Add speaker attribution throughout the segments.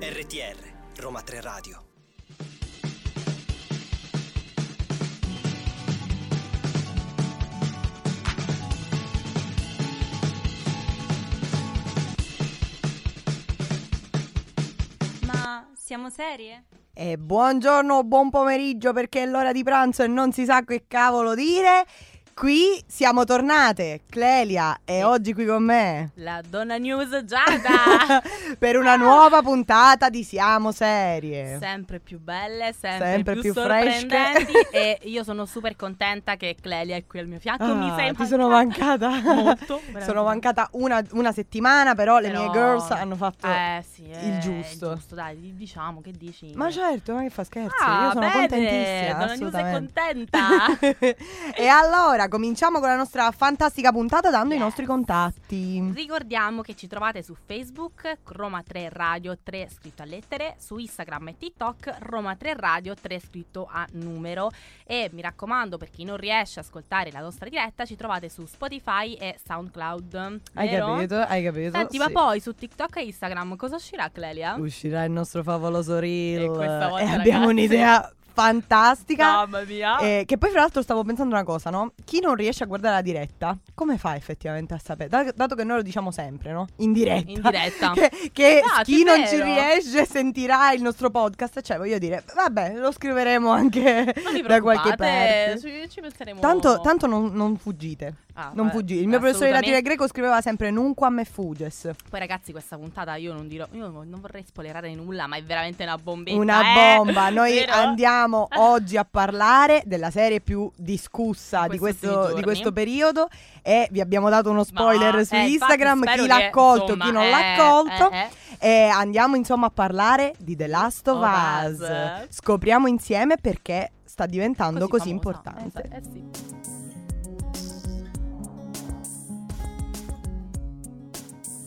Speaker 1: RTR, Roma 3 Radio.
Speaker 2: Ma siamo serie?
Speaker 3: E buongiorno, buon pomeriggio perché è l'ora di pranzo e non si sa che cavolo dire. Qui siamo tornate, Clelia è oggi qui con me
Speaker 4: La donna news Giada!
Speaker 3: per una nuova puntata di Siamo Serie.
Speaker 4: sempre più belle, sempre,
Speaker 3: Eh. Sempre
Speaker 4: più,
Speaker 3: più fresche.
Speaker 4: sorprendenti e io sono super contenta che Clelia è qui al mio fianco. mi
Speaker 3: Ah,
Speaker 4: sei
Speaker 3: ti sono mancata.
Speaker 4: Molto, veramente
Speaker 3: sono mancata una, una settimana, però, le
Speaker 4: Però-
Speaker 3: mie girls hanno fatto...
Speaker 4: Eh sì, eh,
Speaker 3: il giusto.
Speaker 4: dai, di- diciamo che dici.
Speaker 3: Ma certo, ma che fa scherzi?
Speaker 4: Ah,
Speaker 3: Io sono
Speaker 4: bene,
Speaker 3: contentissima.
Speaker 4: Donna News è
Speaker 3: assolutamente.
Speaker 4: contenta.
Speaker 3: e allora cominciamo con la nostra fantastica puntata dando i
Speaker 4: Yes.
Speaker 3: nostri contatti.
Speaker 4: Ricordiamo che ci trovate su Facebook, Roma 3 Radio 3 scritto a lettere, su Instagram e TikTok, Roma 3 Radio 3 scritto a numero. E mi raccomando, per chi non riesce a ascoltare la nostra diretta, ci trovate su Spotify e SoundCloud.
Speaker 3: Hai
Speaker 4: vero?
Speaker 3: capito? Hai capito?
Speaker 4: Senti, ma
Speaker 3: Sì.
Speaker 4: poi su TikTok e Instagram cosa uscirà, Clelia?
Speaker 3: uscirà il nostro favoloso reel eh,
Speaker 4: E questa volta,
Speaker 3: e abbiamo
Speaker 4: ragazzi-
Speaker 3: un'idea fantastica.
Speaker 4: Mamma mia!
Speaker 3: Eh, che poi fra l'altro stavo pensando una cosa, no? Chi non riesce a guardare la diretta, come fa effettivamente a sapere? Da- dato che noi lo diciamo sempre, no? In diretta.
Speaker 4: In diretta.
Speaker 3: Che, che
Speaker 4: No,
Speaker 3: chi
Speaker 4: c'è
Speaker 3: non
Speaker 4: vero.
Speaker 3: ci riesce sentirà il nostro podcast, cioè voglio dire, vabbè, lo scriveremo anche
Speaker 4: non vi
Speaker 3: da qualche
Speaker 4: preoccupate,
Speaker 3: parte.
Speaker 4: Ci, ci penseremo.
Speaker 3: Tanto, tanto non, non fuggite,
Speaker 4: Ah,
Speaker 3: non
Speaker 4: vabbè,
Speaker 3: fuggite. Il mio professore di latino e
Speaker 4: assolutamente.
Speaker 3: greco scriveva sempre nunquam e fuges.
Speaker 4: Poi ragazzi, questa puntata io non dirò, io non vorrei spoilerare nulla, ma è veramente una bombetta.
Speaker 3: Una
Speaker 4: eh.
Speaker 3: bomba, noi
Speaker 4: Vero?
Speaker 3: andiamo oggi a parlare della serie più discussa di
Speaker 4: Questi
Speaker 3: questo,
Speaker 4: ultimi
Speaker 3: di
Speaker 4: giorni.
Speaker 3: questo periodo e vi abbiamo dato uno spoiler
Speaker 4: Ma-
Speaker 3: su
Speaker 4: eh, infatti,
Speaker 3: Instagram,
Speaker 4: spero
Speaker 3: chi
Speaker 4: che,
Speaker 3: l'ha accolto,
Speaker 4: insomma,
Speaker 3: chi non
Speaker 4: eh,
Speaker 3: l'ha accolto
Speaker 4: eh, eh.
Speaker 3: e andiamo insomma a parlare di The Last of
Speaker 4: Oh,
Speaker 3: Us.
Speaker 4: Us.
Speaker 3: Scopriamo insieme perché sta diventando così,
Speaker 4: famosa.
Speaker 3: importante.
Speaker 4: Eh, sì.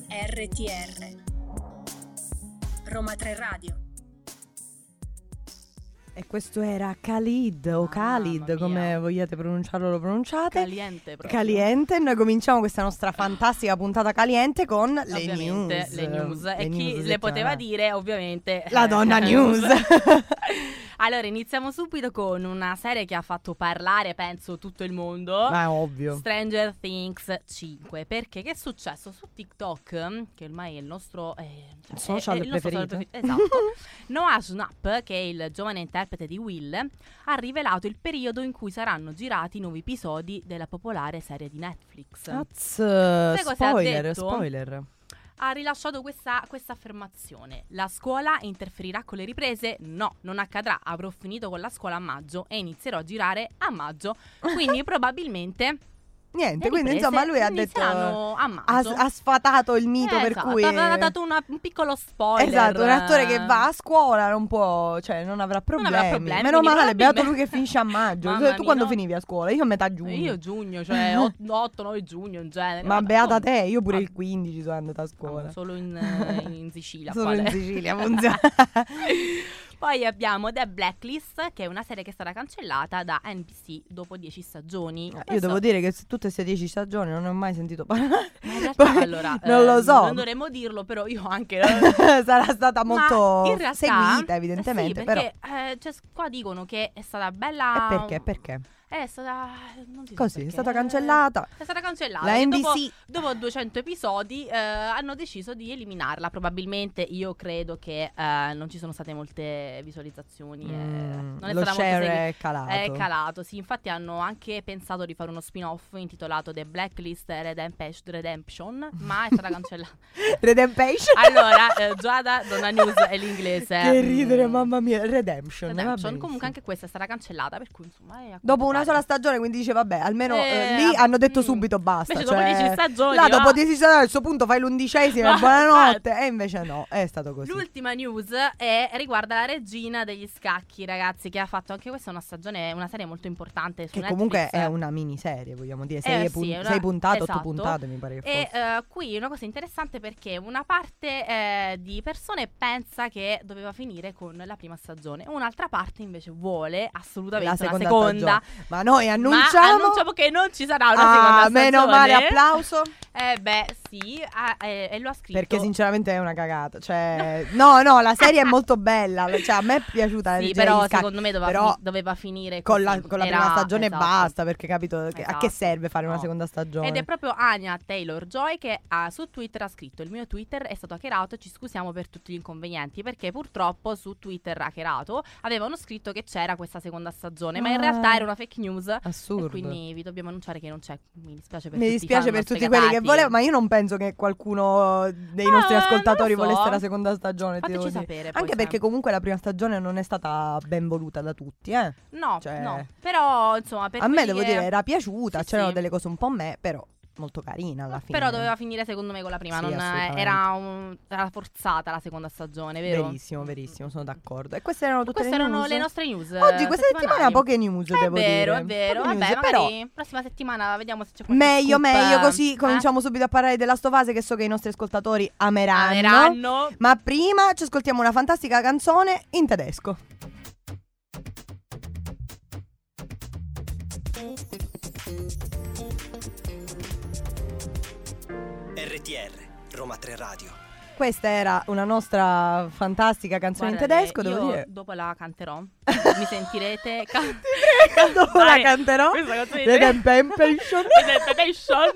Speaker 2: RTR. Roma 3 Radio.
Speaker 3: E questo era Khalid o
Speaker 4: Mamma
Speaker 3: Khalid,
Speaker 4: mia.
Speaker 3: come vogliate pronunciarlo lo pronunciate.
Speaker 4: Caliente proprio.
Speaker 3: Caliente, noi cominciamo questa nostra fantastica puntata caliente con le
Speaker 4: Ovviamente,
Speaker 3: news.
Speaker 4: le news. e chi
Speaker 3: news
Speaker 4: le poteva
Speaker 3: settimanali.
Speaker 4: dire, ovviamente.
Speaker 3: La
Speaker 4: eh,
Speaker 3: donna news.
Speaker 4: allora, iniziamo subito con una serie che ha fatto parlare, penso, tutto il mondo.
Speaker 3: Ma è ovvio.
Speaker 4: Stranger Things 5 perché che è successo su TikTok mm, che ormai è il nostro eh, cioè,
Speaker 3: Social
Speaker 4: è- è il nostro
Speaker 3: preferito.
Speaker 4: social prefer- esatto Noah Schnapp che è il giovane interprete di Will ha rivelato il periodo in cui saranno girati i nuovi episodi della popolare serie di Netflix
Speaker 3: Cazzo,
Speaker 4: cosa ha
Speaker 3: spoiler,
Speaker 4: detto?
Speaker 3: spoiler.
Speaker 4: ha rilasciato questa, questa affermazione la scuola interferirà con le riprese no non accadrà avrò finito con la scuola a maggio e inizierò a girare a maggio quindi probabilmente
Speaker 3: Niente,
Speaker 4: le
Speaker 3: quindi
Speaker 4: riprese
Speaker 3: insomma lui ha detto... Ha,
Speaker 4: inizieranno a maggio
Speaker 3: ha sfatato il mito
Speaker 4: Eh,
Speaker 3: per
Speaker 4: esatto,
Speaker 3: cui...
Speaker 4: ha ha dato una- un piccolo spoiler.
Speaker 3: Esatto, un attore che
Speaker 4: eh,
Speaker 3: va a scuola non può, cioè non avrà
Speaker 4: Non
Speaker 3: problemi.
Speaker 4: avrà problemi,
Speaker 3: Meno
Speaker 4: quindi
Speaker 3: male, beato lui
Speaker 4: probabilmente-
Speaker 3: che finisce a maggio.
Speaker 4: Mamma
Speaker 3: tu
Speaker 4: mia,
Speaker 3: quando
Speaker 4: no.
Speaker 3: finivi a scuola? Io a metà giugno.
Speaker 4: Io giugno, cioè 8-9 giugno in genere.
Speaker 3: Ma
Speaker 4: vabbè,
Speaker 3: beata
Speaker 4: insomma,
Speaker 3: te, io pure
Speaker 4: ma-
Speaker 3: il 15 sono andata a scuola.
Speaker 4: no, Solo in, eh, in Sicilia.
Speaker 3: Solo
Speaker 4: quale-
Speaker 3: in Sicilia funziona.
Speaker 4: Poi abbiamo The Blacklist, che è una serie che è stata cancellata da NBC dopo 10 stagioni.
Speaker 3: Ah, Io
Speaker 4: Questo-
Speaker 3: devo dire che su tutte queste 10 stagioni non ne ho mai sentito parlare.
Speaker 4: Ma in realtà,
Speaker 3: Poi,
Speaker 4: allora,
Speaker 3: non
Speaker 4: eh,
Speaker 3: lo so.
Speaker 4: Non dovremmo dirlo, però io anche.
Speaker 3: Sarà stata
Speaker 4: Ma
Speaker 3: molto
Speaker 4: in realtà-
Speaker 3: seguita,
Speaker 4: eh
Speaker 3: evidentemente.
Speaker 4: sì,
Speaker 3: però.
Speaker 4: perché, eh, cioè, qua dicono che è stata
Speaker 3: E
Speaker 4: bella.
Speaker 3: perché? Perché?
Speaker 4: È stata. Non ti so
Speaker 3: Così, è
Speaker 4: perché.
Speaker 3: stata cancellata.
Speaker 4: È stata cancellata.
Speaker 3: La
Speaker 4: e dopo-
Speaker 3: NBC.
Speaker 4: dopo 200 episodi eh, hanno deciso di eliminarla. Probabilmente io credo che eh, non ci sono state molte visualizzazioni. eh,
Speaker 3: Mm,
Speaker 4: non è
Speaker 3: lo
Speaker 4: stata molto
Speaker 3: share
Speaker 4: segui-
Speaker 3: è calato.
Speaker 4: è calato, sì, infatti hanno anche pensato di fare uno spin-off intitolato The Blacklist Redemp- Redemption, ma è stata cancellata.
Speaker 3: Redemption.
Speaker 4: Allora, eh, Giada, Donna News è l'inglese.
Speaker 3: Che ridere,
Speaker 4: Mm.
Speaker 3: mamma mia. Redemption. va
Speaker 4: Redemption,
Speaker 3: Cioè, benissimo.
Speaker 4: comunque anche questa è stata cancellata, per cui insomma... è a
Speaker 3: Dopo
Speaker 4: quanto
Speaker 3: una
Speaker 4: pare.
Speaker 3: sola stagione, quindi dice vabbè, almeno
Speaker 4: Eh,
Speaker 3: eh, lì hanno detto
Speaker 4: mm.
Speaker 3: subito basta.
Speaker 4: Invece
Speaker 3: cioè,
Speaker 4: dopo 10 stagioni...
Speaker 3: Là, dopo
Speaker 4: ah.
Speaker 3: 10 stagioni, a questo punto fai l'undicesima,
Speaker 4: No,
Speaker 3: buonanotte. E invece no, è stato così.
Speaker 4: L'ultima news è- riguarda la regina degli scacchi, ragazzi, che ha fatto anche questa una stagione, una serie molto importante su
Speaker 3: Che
Speaker 4: Netflix.
Speaker 3: comunque è una miniserie, vogliamo dire. Sei,
Speaker 4: Eh,
Speaker 3: pun-
Speaker 4: sì, è una-
Speaker 3: sei puntate, otto
Speaker 4: esatto.
Speaker 3: puntate, mi pare che
Speaker 4: E
Speaker 3: fosse.
Speaker 4: eh, qui una cosa interessante perché una parte eh, di persone pensa che doveva finire con la prima stagione, un'altra parte invece vuole assolutamente
Speaker 3: La seconda
Speaker 4: una seconda.
Speaker 3: stagione. Ma noi
Speaker 4: Ma
Speaker 3: annunciamo.
Speaker 4: annunciamo che non ci sarà una
Speaker 3: Ah,
Speaker 4: seconda stagione.
Speaker 3: meno male, applauso.
Speaker 4: Eh beh, sì, ah, eh, e lo ha scritto.
Speaker 3: Perché sinceramente è una cagata. Cioè, no, no, la serie è molto bella. Cioè, a me è piaciuta la
Speaker 4: Sì,
Speaker 3: regina
Speaker 4: però
Speaker 3: degli scacchi.
Speaker 4: secondo me doveva,
Speaker 3: però
Speaker 4: fi- doveva finire
Speaker 3: con la,
Speaker 4: così.
Speaker 3: con la
Speaker 4: Era-
Speaker 3: prima stagione e
Speaker 4: esatto.
Speaker 3: basta, perché capito che- a che
Speaker 4: Esatto,
Speaker 3: serve fare una
Speaker 4: no.
Speaker 3: seconda stagione.
Speaker 4: Ed è proprio Anya Taylor Joy che ha, su Twitter ha scritto: Il mio Twitter è stato hackerato. Ci scusiamo per tutti gli inconvenienti. Perché purtroppo su Twitter hackerato avevano scritto che c'era questa seconda stagione, ma in
Speaker 3: Ah.
Speaker 4: realtà era una fake news. e
Speaker 3: assurdo.
Speaker 4: quindi vi dobbiamo annunciare che non c'è. Mi dispiace per
Speaker 3: Mi
Speaker 4: tutti.
Speaker 3: dispiace
Speaker 4: fan,
Speaker 3: per tutti
Speaker 4: sfegatati.
Speaker 3: quelli che volevano, ma io non penso che qualcuno dei
Speaker 4: Ah,
Speaker 3: nostri
Speaker 4: non lo
Speaker 3: ascoltatori
Speaker 4: so.
Speaker 3: volesse la seconda stagione. ti
Speaker 4: Fateci
Speaker 3: devo dire.
Speaker 4: sapere. poi
Speaker 3: Anche
Speaker 4: se-
Speaker 3: perché comunque la prima stagione non è stata ben voluta da tutti, eh.
Speaker 4: No,
Speaker 3: cioè-
Speaker 4: no. Però insomma, per
Speaker 3: a me
Speaker 4: quelli
Speaker 3: devo
Speaker 4: che-
Speaker 3: dire era piaciuta,
Speaker 4: Sì,
Speaker 3: c'erano
Speaker 4: sì.
Speaker 3: delle cose un po' a me, però molto carina alla fine.
Speaker 4: Però doveva finire secondo me con la prima,
Speaker 3: Sì,
Speaker 4: non-
Speaker 3: assolutamente.
Speaker 4: era, un- era forzata la seconda stagione, vero?
Speaker 3: Verissimo, verissimo, sono d'accordo. E queste erano tutte
Speaker 4: Queste
Speaker 3: le
Speaker 4: erano
Speaker 3: news?
Speaker 4: le nostre news.
Speaker 3: Oggi questa settimana
Speaker 4: settimanali.
Speaker 3: poche news,
Speaker 4: È
Speaker 3: devo
Speaker 4: vero,
Speaker 3: dire.
Speaker 4: è vero.
Speaker 3: Poche
Speaker 4: Vabbè,
Speaker 3: news,
Speaker 4: magari
Speaker 3: però
Speaker 4: prossima settimana vediamo se c'è qualche
Speaker 3: Meglio,
Speaker 4: scoop,
Speaker 3: meglio,
Speaker 4: eh.
Speaker 3: così
Speaker 4: Eh?
Speaker 3: cominciamo subito a parlare della fase che so che i nostri ascoltatori ameranno.
Speaker 4: Ameranno.
Speaker 3: Ma prima ci ascoltiamo una fantastica canzone in tedesco.
Speaker 1: RTR, Roma 3 Radio.
Speaker 3: Questa era una nostra fantastica canzone
Speaker 4: Guardate,
Speaker 3: in tedesco,
Speaker 4: io
Speaker 3: devo dire.
Speaker 4: dopo la canterò. Mi sentirete ca-
Speaker 3: Dopo la
Speaker 4: cantare
Speaker 3: canterò.
Speaker 4: Questa canzone
Speaker 3: The Temptation.
Speaker 4: The Temptation.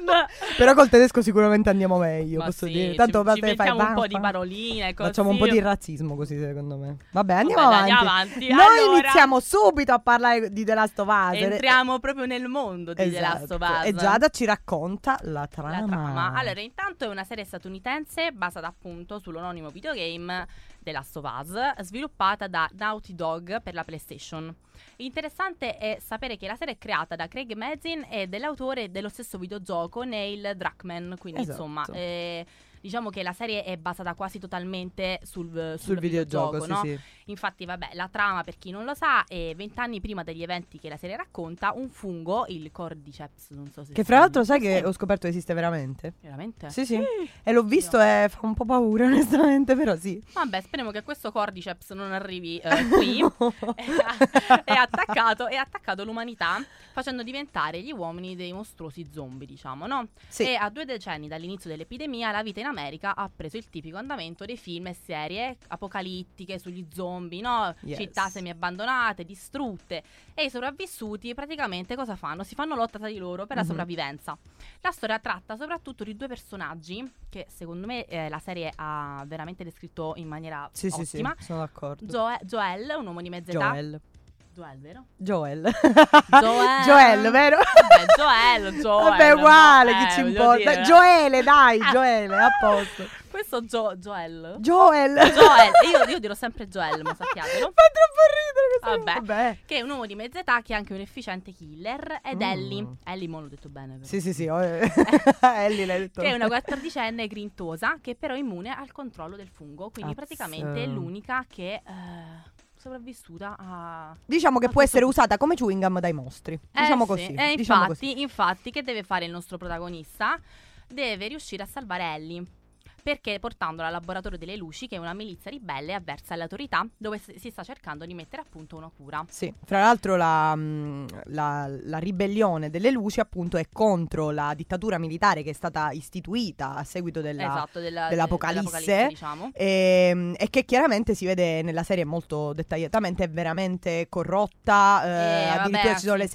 Speaker 3: Però col tedesco sicuramente andiamo meglio,
Speaker 4: Ma
Speaker 3: posso
Speaker 4: sì,
Speaker 3: dire.
Speaker 4: ci-
Speaker 3: Tanto
Speaker 4: ci,
Speaker 3: basta che fai
Speaker 4: mettiamo un po' di
Speaker 3: bam, bam.
Speaker 4: paroline così.
Speaker 3: Facciamo un po' di razzismo così secondo me. Vabbè, andiamo
Speaker 4: Vabbè,
Speaker 3: avanti.
Speaker 4: dai, avanti.
Speaker 3: Noi
Speaker 4: Allora,
Speaker 3: iniziamo subito a parlare di The Last of Us.
Speaker 4: Entriamo proprio nel mondo di
Speaker 3: Esatto.
Speaker 4: The Last of Us.
Speaker 3: E Giada ci racconta la
Speaker 4: La
Speaker 3: trama.
Speaker 4: trama. Allora, intanto è una serie statunitense basata appunto sull'anonimo videogame The Last of Us, sviluppata da Naughty Dog per la PlayStation. Interessante è sapere che la serie è creata da Craig Mazin e dell'autore dello stesso videogioco Neil Druckmann, quindi
Speaker 3: Esatto.
Speaker 4: insomma... eh, Diciamo che la serie è basata quasi totalmente sul, sul
Speaker 3: sul videogioco,
Speaker 4: no?
Speaker 3: sì, sì.
Speaker 4: Infatti, vabbè, la trama, per chi non lo sa, è vent'anni prima degli eventi che la serie racconta, un fungo, il Cordyceps, non so se...
Speaker 3: Che
Speaker 4: si
Speaker 3: fra l'altro
Speaker 4: pronuncia.
Speaker 3: sai che
Speaker 4: Sì, Mm.
Speaker 3: ho scoperto esiste veramente?
Speaker 4: Veramente?
Speaker 3: Sì, sì. E l'ho visto e fa un po' paura, onestamente, però sì.
Speaker 4: Vabbè, speriamo che questo Cordyceps non arrivi eh, qui. è, attaccato, è attaccato l'umanità facendo diventare gli uomini dei mostruosi zombie, diciamo, no?
Speaker 3: Sì.
Speaker 4: E a due decenni dall'inizio dell'epidemia la vita in America ha preso il tipico andamento dei film e serie apocalittiche sugli zombie, no?
Speaker 3: Yes.
Speaker 4: Città semiabbandonate, distrutte. E i sopravvissuti praticamente cosa fanno? Si fanno lotta tra di loro per la
Speaker 3: Mhm.
Speaker 4: sopravvivenza. La storia tratta soprattutto di due personaggi che secondo me eh, la serie ha veramente descritto in maniera
Speaker 3: Sì, sì, sì,
Speaker 4: ottima.
Speaker 3: sono d'accordo.
Speaker 4: Joe- Joel, un uomo di mezza età.
Speaker 3: Joel.
Speaker 4: Joel, vero?
Speaker 3: Joel.
Speaker 4: Joel.
Speaker 3: Joel, vero?
Speaker 4: Vabbè, Joel, Joel,
Speaker 3: Vabbè,
Speaker 4: no,
Speaker 3: uguale,
Speaker 4: eh,
Speaker 3: chi ci
Speaker 4: voglio
Speaker 3: importa?
Speaker 4: dire. Ah.
Speaker 3: Joele, dai, Joele, a posto.
Speaker 4: Questo Jo- Joel.
Speaker 3: Joel.
Speaker 4: Joel, io, io dirò sempre Joel, ma sappiatelo.
Speaker 3: Fa troppo ridere questo.
Speaker 4: Vabbè.
Speaker 3: Vabbè.
Speaker 4: Che è un uomo di mezza età che è anche un efficiente killer. Ed
Speaker 3: Mm.
Speaker 4: Ellie. Ellie, mo l'ho detto bene, vero?
Speaker 3: Sì, sì, sì. oh, eh. Ellie l'ha detto.
Speaker 4: Che è una 14enne grintosa che è però immune al controllo del fungo. Quindi
Speaker 3: Azz.
Speaker 4: praticamente è l'unica che eh, sopravvissuta a.
Speaker 3: Diciamo che
Speaker 4: a
Speaker 3: può
Speaker 4: questo
Speaker 3: essere usata come chewing gum dai mostri.
Speaker 4: Eh
Speaker 3: Diciamo
Speaker 4: sì,
Speaker 3: così.
Speaker 4: eh,
Speaker 3: diciamo così.
Speaker 4: infatti, infatti, che deve fare il nostro protagonista? Deve riuscire a salvare Ellie. Perché portandola al laboratorio delle luci, che è una milizia ribelle avversa alle autorità, dove s- si sta cercando di mettere a punto una cura.
Speaker 3: Sì, fra l'altro la, mh, la- la ribellione delle luci appunto è contro la dittatura militare che è stata istituita a seguito della...
Speaker 4: esatto, della-
Speaker 3: dell'Apocalisse.
Speaker 4: dell'Apocalisse, diciamo.
Speaker 3: Ehm, E, che chiaramente si vede nella serie molto dettagliatamente, è veramente corrotta, eh,
Speaker 4: Eh, vabbè,
Speaker 3: addirittura ci sono
Speaker 4: sì.
Speaker 3: le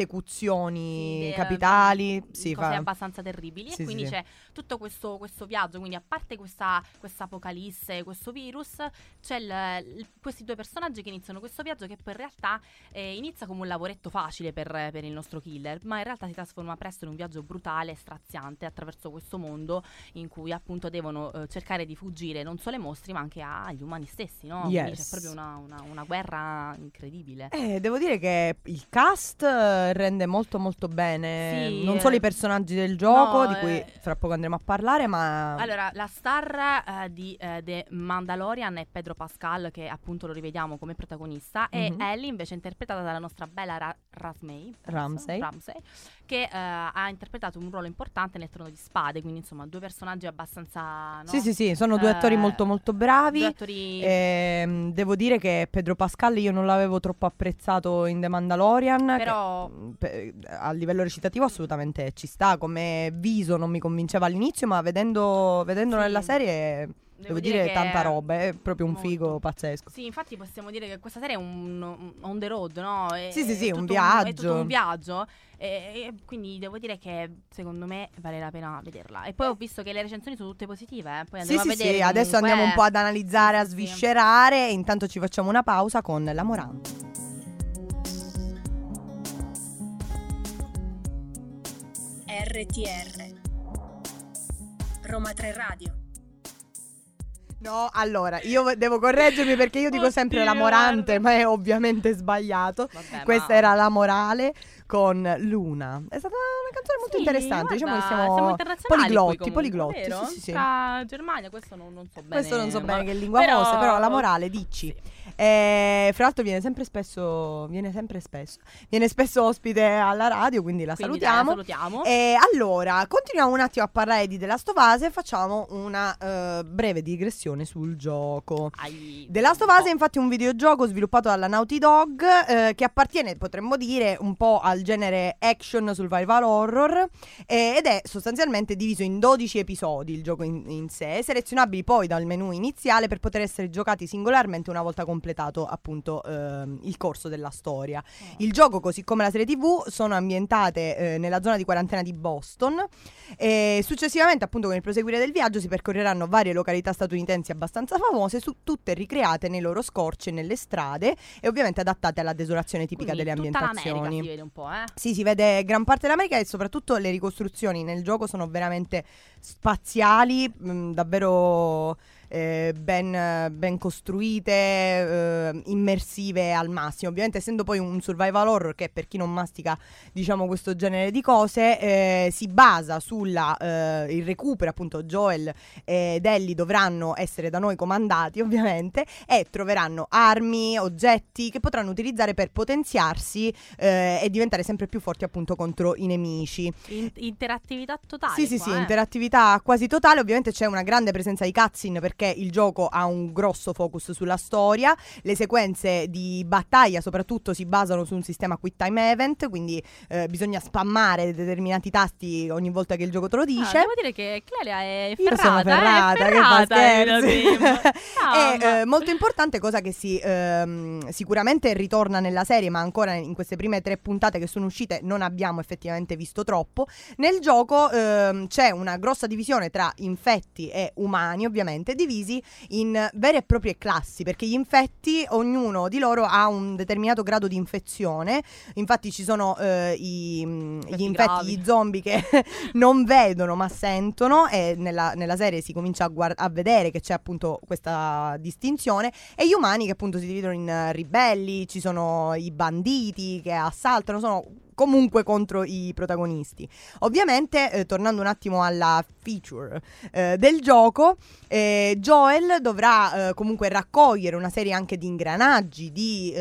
Speaker 3: esecuzioni
Speaker 4: Sì, de-
Speaker 3: capitali, sì,
Speaker 4: cose
Speaker 3: fa-
Speaker 4: abbastanza terribili.
Speaker 3: Sì,
Speaker 4: e
Speaker 3: sì,
Speaker 4: quindi
Speaker 3: sì.
Speaker 4: c'è tutto questo, questo viaggio. Quindi, a parte questa, questa apocalisse, questo virus, c'è il- il- questi due personaggi che iniziano questo viaggio che poi in realtà eh, inizia come un lavoretto facile per, per il nostro killer, ma in realtà si trasforma presto in un viaggio brutale e straziante attraverso questo mondo in cui appunto devono eh, cercare di fuggire non solo ai mostri, ma anche a- agli umani stessi. No? Quindi c'è
Speaker 3: Yes.
Speaker 4: proprio una, una- una guerra incredibile.
Speaker 3: Eh, devo dire che il cast eh, rende molto molto bene
Speaker 4: Sì,
Speaker 3: non
Speaker 4: eh.
Speaker 3: solo i personaggi del gioco,
Speaker 4: No,
Speaker 3: di cui
Speaker 4: eh.
Speaker 3: fra poco andremo a parlare, ma
Speaker 4: Allora, la star eh, di eh, The Mandalorian è Pedro Pascal, che appunto lo rivediamo come protagonista, e
Speaker 3: Mhm.
Speaker 4: Ellie invece è interpretata dalla nostra bella Ra- Rasmei,
Speaker 3: Ramsey.
Speaker 4: Ramsey, che eh, ha interpretato un ruolo importante nel Trono di Spade, quindi insomma due personaggi abbastanza... no?
Speaker 3: Sì, sì, sì, sono due attori
Speaker 4: Eh,
Speaker 3: molto molto bravi.
Speaker 4: Due attori...
Speaker 3: Ehm, devo dire che Pedro Pascal io non l'avevo troppo apprezzato in The Mandalorian. che,
Speaker 4: Però-
Speaker 3: mh, pe- a livello recitativo assolutamente ci sta. Come viso non mi convinceva all'inizio, ma vedendo, vedendolo
Speaker 4: Sì.
Speaker 3: nella serie devo, dire,
Speaker 4: che-
Speaker 3: tanta roba. È proprio un
Speaker 4: molto.
Speaker 3: figo pazzesco.
Speaker 4: Sì, infatti possiamo dire che questa serie è un un on the road, no? È-
Speaker 3: Sì, sì, sì,
Speaker 4: è
Speaker 3: un
Speaker 4: tutto è tutto
Speaker 3: viaggio.
Speaker 4: un viaggio. E, e quindi devo dire che secondo me vale la pena vederla. E poi ho visto che le recensioni sono tutte positive. eh, Poi
Speaker 3: Sì,
Speaker 4: andremo
Speaker 3: sì,
Speaker 4: a vedere.
Speaker 3: sì, adesso
Speaker 4: comunque.
Speaker 3: andiamo un po' ad analizzare, a
Speaker 4: Sì, sì, sì.
Speaker 3: sviscerare. Intanto ci facciamo una pausa con la Morante.
Speaker 2: RTR Roma 3 Radio
Speaker 3: No, allora, io v- devo correggermi perché io dico sempre la
Speaker 4: Oddio,
Speaker 3: morante,
Speaker 4: guarda.
Speaker 3: ma è ovviamente sbagliato.
Speaker 4: Vabbè,
Speaker 3: Questa
Speaker 4: ma-
Speaker 3: era la morale con Luna. È stata una canzone molto
Speaker 4: Sì,
Speaker 3: interessante. diciamo che
Speaker 4: guarda,
Speaker 3: siamo,
Speaker 4: siamo internazionali
Speaker 3: poliglotti,
Speaker 4: poi comunque,
Speaker 3: poliglotti.
Speaker 4: vero?
Speaker 3: Sì, sì, sì.
Speaker 4: Tra Germania, questo non, non so bene.
Speaker 3: Questo non so
Speaker 4: ma-
Speaker 3: bene che lingua
Speaker 4: però-
Speaker 3: fosse, però la morale dici.
Speaker 4: Sì.
Speaker 3: Eh, fra l'altro viene sempre spesso, viene sempre spesso, viene spesso ospite alla radio, quindi la
Speaker 4: Quindi dai,
Speaker 3: salutiamo.
Speaker 4: la salutiamo.
Speaker 3: E allora, continuiamo un attimo a parlare di The Last of Us e facciamo una eh, breve digressione sul gioco.
Speaker 4: Ai-
Speaker 3: The Last of Us è
Speaker 4: un
Speaker 3: infatti un videogioco sviluppato dalla Naughty Dog eh, che appartiene, potremmo dire, un po' al genere action survival horror eh, ed è sostanzialmente diviso in 12 episodi il gioco in, in sé, selezionabili poi dal menu iniziale per poter essere giocati singolarmente una volta completato appunto ehm, il corso della storia.
Speaker 4: po'.
Speaker 3: Il gioco, così come la serie TV, sono ambientate eh, nella zona di quarantena di Boston. E successivamente, appunto, con il proseguire del viaggio, si percorreranno varie località statunitensi abbastanza famose, su- tutte ricreate nei loro scorci e nelle strade, e ovviamente adattate alla desolazione tipica
Speaker 4: Oh, Quindi
Speaker 3: delle
Speaker 4: tutta l'America
Speaker 3: ambientazioni.
Speaker 4: si vede un po', eh.
Speaker 3: Sì, si vede gran parte dell'America e soprattutto le ricostruzioni nel gioco sono veramente spaziali, mh, davvero eh, ben, ben costruite, eh, immersive al massimo. Ovviamente essendo poi un survival horror che per chi non mastica diciamo questo genere di cose eh, si basa sul recupero appunto Joel ed Ellie dovranno essere da noi comandati ovviamente e troveranno armi, oggetti che potranno utilizzare per potenziarsi eh, e diventare sempre più forti appunto contro i nemici.
Speaker 4: In- interattività totale.
Speaker 3: Sì, sì,
Speaker 4: qua,
Speaker 3: sì,
Speaker 4: eh.
Speaker 3: interattività quasi totale, ovviamente c'è una grande presenza di cutscene perché il gioco ha un grosso focus sulla storia, le sequenze di battaglia soprattutto si basano su un sistema quick time event, quindi eh, bisogna spammare determinati tasti ogni volta che il gioco te lo
Speaker 4: Ah,
Speaker 3: dice.
Speaker 4: devo dire che Clelia è
Speaker 3: Io
Speaker 4: ferrata,
Speaker 3: sono ferrata,
Speaker 4: eh,
Speaker 3: che
Speaker 4: ferrata
Speaker 3: fa
Speaker 4: nella
Speaker 3: scherzi.
Speaker 4: team. Ah,
Speaker 3: E,
Speaker 4: ma-
Speaker 3: eh, molto importante, cosa che si, ehm, sicuramente ritorna nella serie, ma ancora in queste prime tre puntate che sono uscite non abbiamo effettivamente visto troppo. Nel gioco ehm, c'è una grossa divisione tra infetti e umani, ovviamente, divisi in vere e proprie classi, perché gli infetti, ognuno di loro ha un determinato grado di infezione. Infatti, ci sono eh, i- gli
Speaker 4: Infetti
Speaker 3: infetti,
Speaker 4: gravi.
Speaker 3: gli zombie che non vedono ma sentono e nella, nella serie si comincia a, guard- a vedere che c'è appunto questa distinzione e gli umani che appunto si dividono in eh, ribelli, ci sono i banditi che assaltano, sono comunque contro i protagonisti. Ovviamente, eh, tornando un attimo alla feature eh, del gioco, eh, Joel dovrà eh, comunque raccogliere una serie anche di ingranaggi, di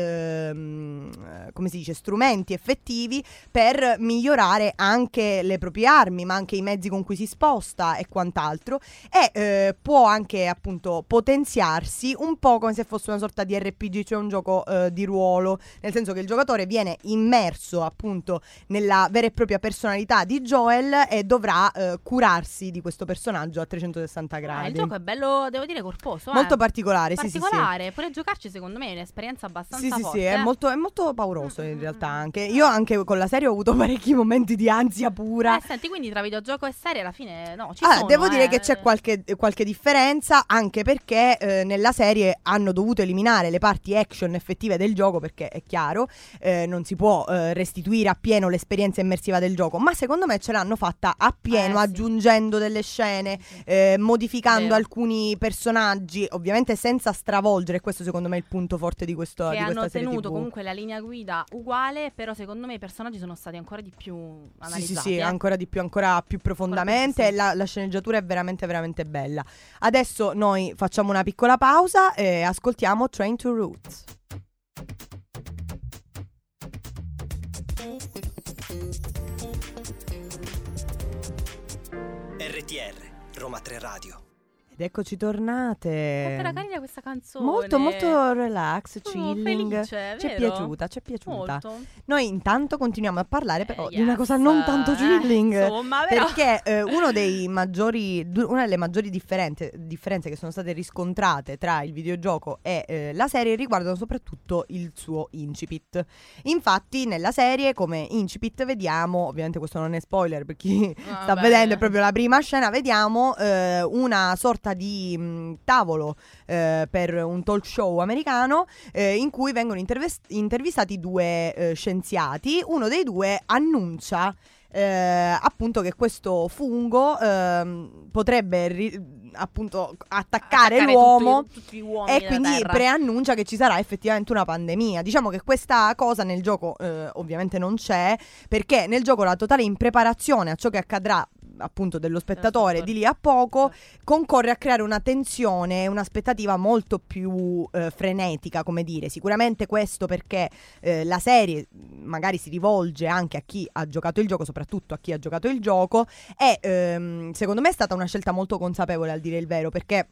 Speaker 3: ehm, eh, come si dice, strumenti effettivi per migliorare anche le proprie armi, ma anche i mezzi con cui si sposta e quant'altro. E eh, può anche appunto potenziarsi un po' come se fosse una sorta di RPG, cioè un gioco eh, di ruolo, nel senso che il giocatore viene immerso appunto nella vera e propria personalità di Joel e dovrà eh, curarsi di questo personaggio a 360 gradi.
Speaker 4: Ah, il gioco è bello, devo dire, corposo. eh.
Speaker 3: Molto particolare, sì, sì, sì.
Speaker 4: particolare. Pure giocarci, secondo me, è un'esperienza abbastanza
Speaker 3: Sì, sì,
Speaker 4: forte.
Speaker 3: sì, è
Speaker 4: eh.
Speaker 3: molto, è molto pauroso
Speaker 4: Mm,
Speaker 3: in
Speaker 4: mm,
Speaker 3: realtà
Speaker 4: mm.
Speaker 3: anche. Io anche con la serie ho avuto parecchi momenti di ansia pura.
Speaker 4: Eh, senti, quindi tra videogioco e serie alla fine no, ci
Speaker 3: Allora,
Speaker 4: sono,
Speaker 3: Ah, devo dire
Speaker 4: eh.
Speaker 3: che c'è qualche, qualche differenza, anche perché eh, nella serie hanno dovuto eliminare le parti action effettive del gioco, perché è chiaro, eh, non si può eh, restituire appieno l'esperienza immersiva del gioco, ma secondo me ce l'hanno fatta appieno,
Speaker 4: Eh, sì.
Speaker 3: aggiungendo delle scene, eh, modificando
Speaker 4: Vero.
Speaker 3: alcuni personaggi, ovviamente senza stravolgere, questo secondo me è il punto forte di, questo, di
Speaker 4: che
Speaker 3: questa
Speaker 4: hanno
Speaker 3: serie
Speaker 4: tenuto
Speaker 3: TV.
Speaker 4: comunque la linea guida uguale, però secondo me i personaggi sono stati ancora di più
Speaker 3: Sì,
Speaker 4: analizzati.
Speaker 3: sì, sì,
Speaker 4: eh.
Speaker 3: ancora di più, ancora più profondamente.
Speaker 4: Ancora più,
Speaker 3: La, la sceneggiatura è veramente, veramente bella. Adesso noi facciamo una piccola pausa e ascoltiamo Train to Roots.
Speaker 1: RTR, Roma 3 Radio.
Speaker 3: Ed eccoci tornate.
Speaker 4: Quanto era carina questa canzone.
Speaker 3: Molto, molto relax,
Speaker 4: Sono
Speaker 3: chilling.
Speaker 4: felice,
Speaker 3: Ci è
Speaker 4: vero?
Speaker 3: piaciuta, ci è piaciuta.
Speaker 4: Molto.
Speaker 3: Noi intanto continuiamo a parlare però
Speaker 4: Eh,
Speaker 3: di una
Speaker 4: yes.
Speaker 3: cosa non tanto
Speaker 4: Eh,
Speaker 3: chilling.
Speaker 4: insomma, però.
Speaker 3: Perché eh, uno dei maggiori, du- una delle maggiori differenze, differenze che sono state riscontrate tra il videogioco e eh, la serie riguardano soprattutto il suo incipit. Infatti, nella serie, come incipit, vediamo, ovviamente questo non è spoiler per chi
Speaker 4: Ah,
Speaker 3: sta
Speaker 4: beh.
Speaker 3: vedendo è proprio la prima scena, vediamo eh, una sorta di mh, tavolo eh, per un talk show americano eh, in cui vengono interves- intervistati due eh, scienziati. Uno dei due annuncia eh, appunto che questo fungo ehm, potrebbe ri- appunto attaccare,
Speaker 4: Attaccare
Speaker 3: l'uomo.
Speaker 4: tutti, tutti gli uomini
Speaker 3: E
Speaker 4: della
Speaker 3: quindi
Speaker 4: Terra.
Speaker 3: preannuncia che ci sarà effettivamente una pandemia. Diciamo che questa cosa nel gioco eh, ovviamente non c'è, perché nel gioco la totale impreparazione a ciò che accadrà appunto dello spettatore di lì a poco concorre a creare una tensione e un'aspettativa molto più eh, frenetica, come dire. Sicuramente questo perché eh, la serie magari si rivolge anche a chi ha giocato il gioco, soprattutto a chi ha giocato il gioco, e ehm, secondo me è stata una scelta molto consapevole al dire il vero, perché...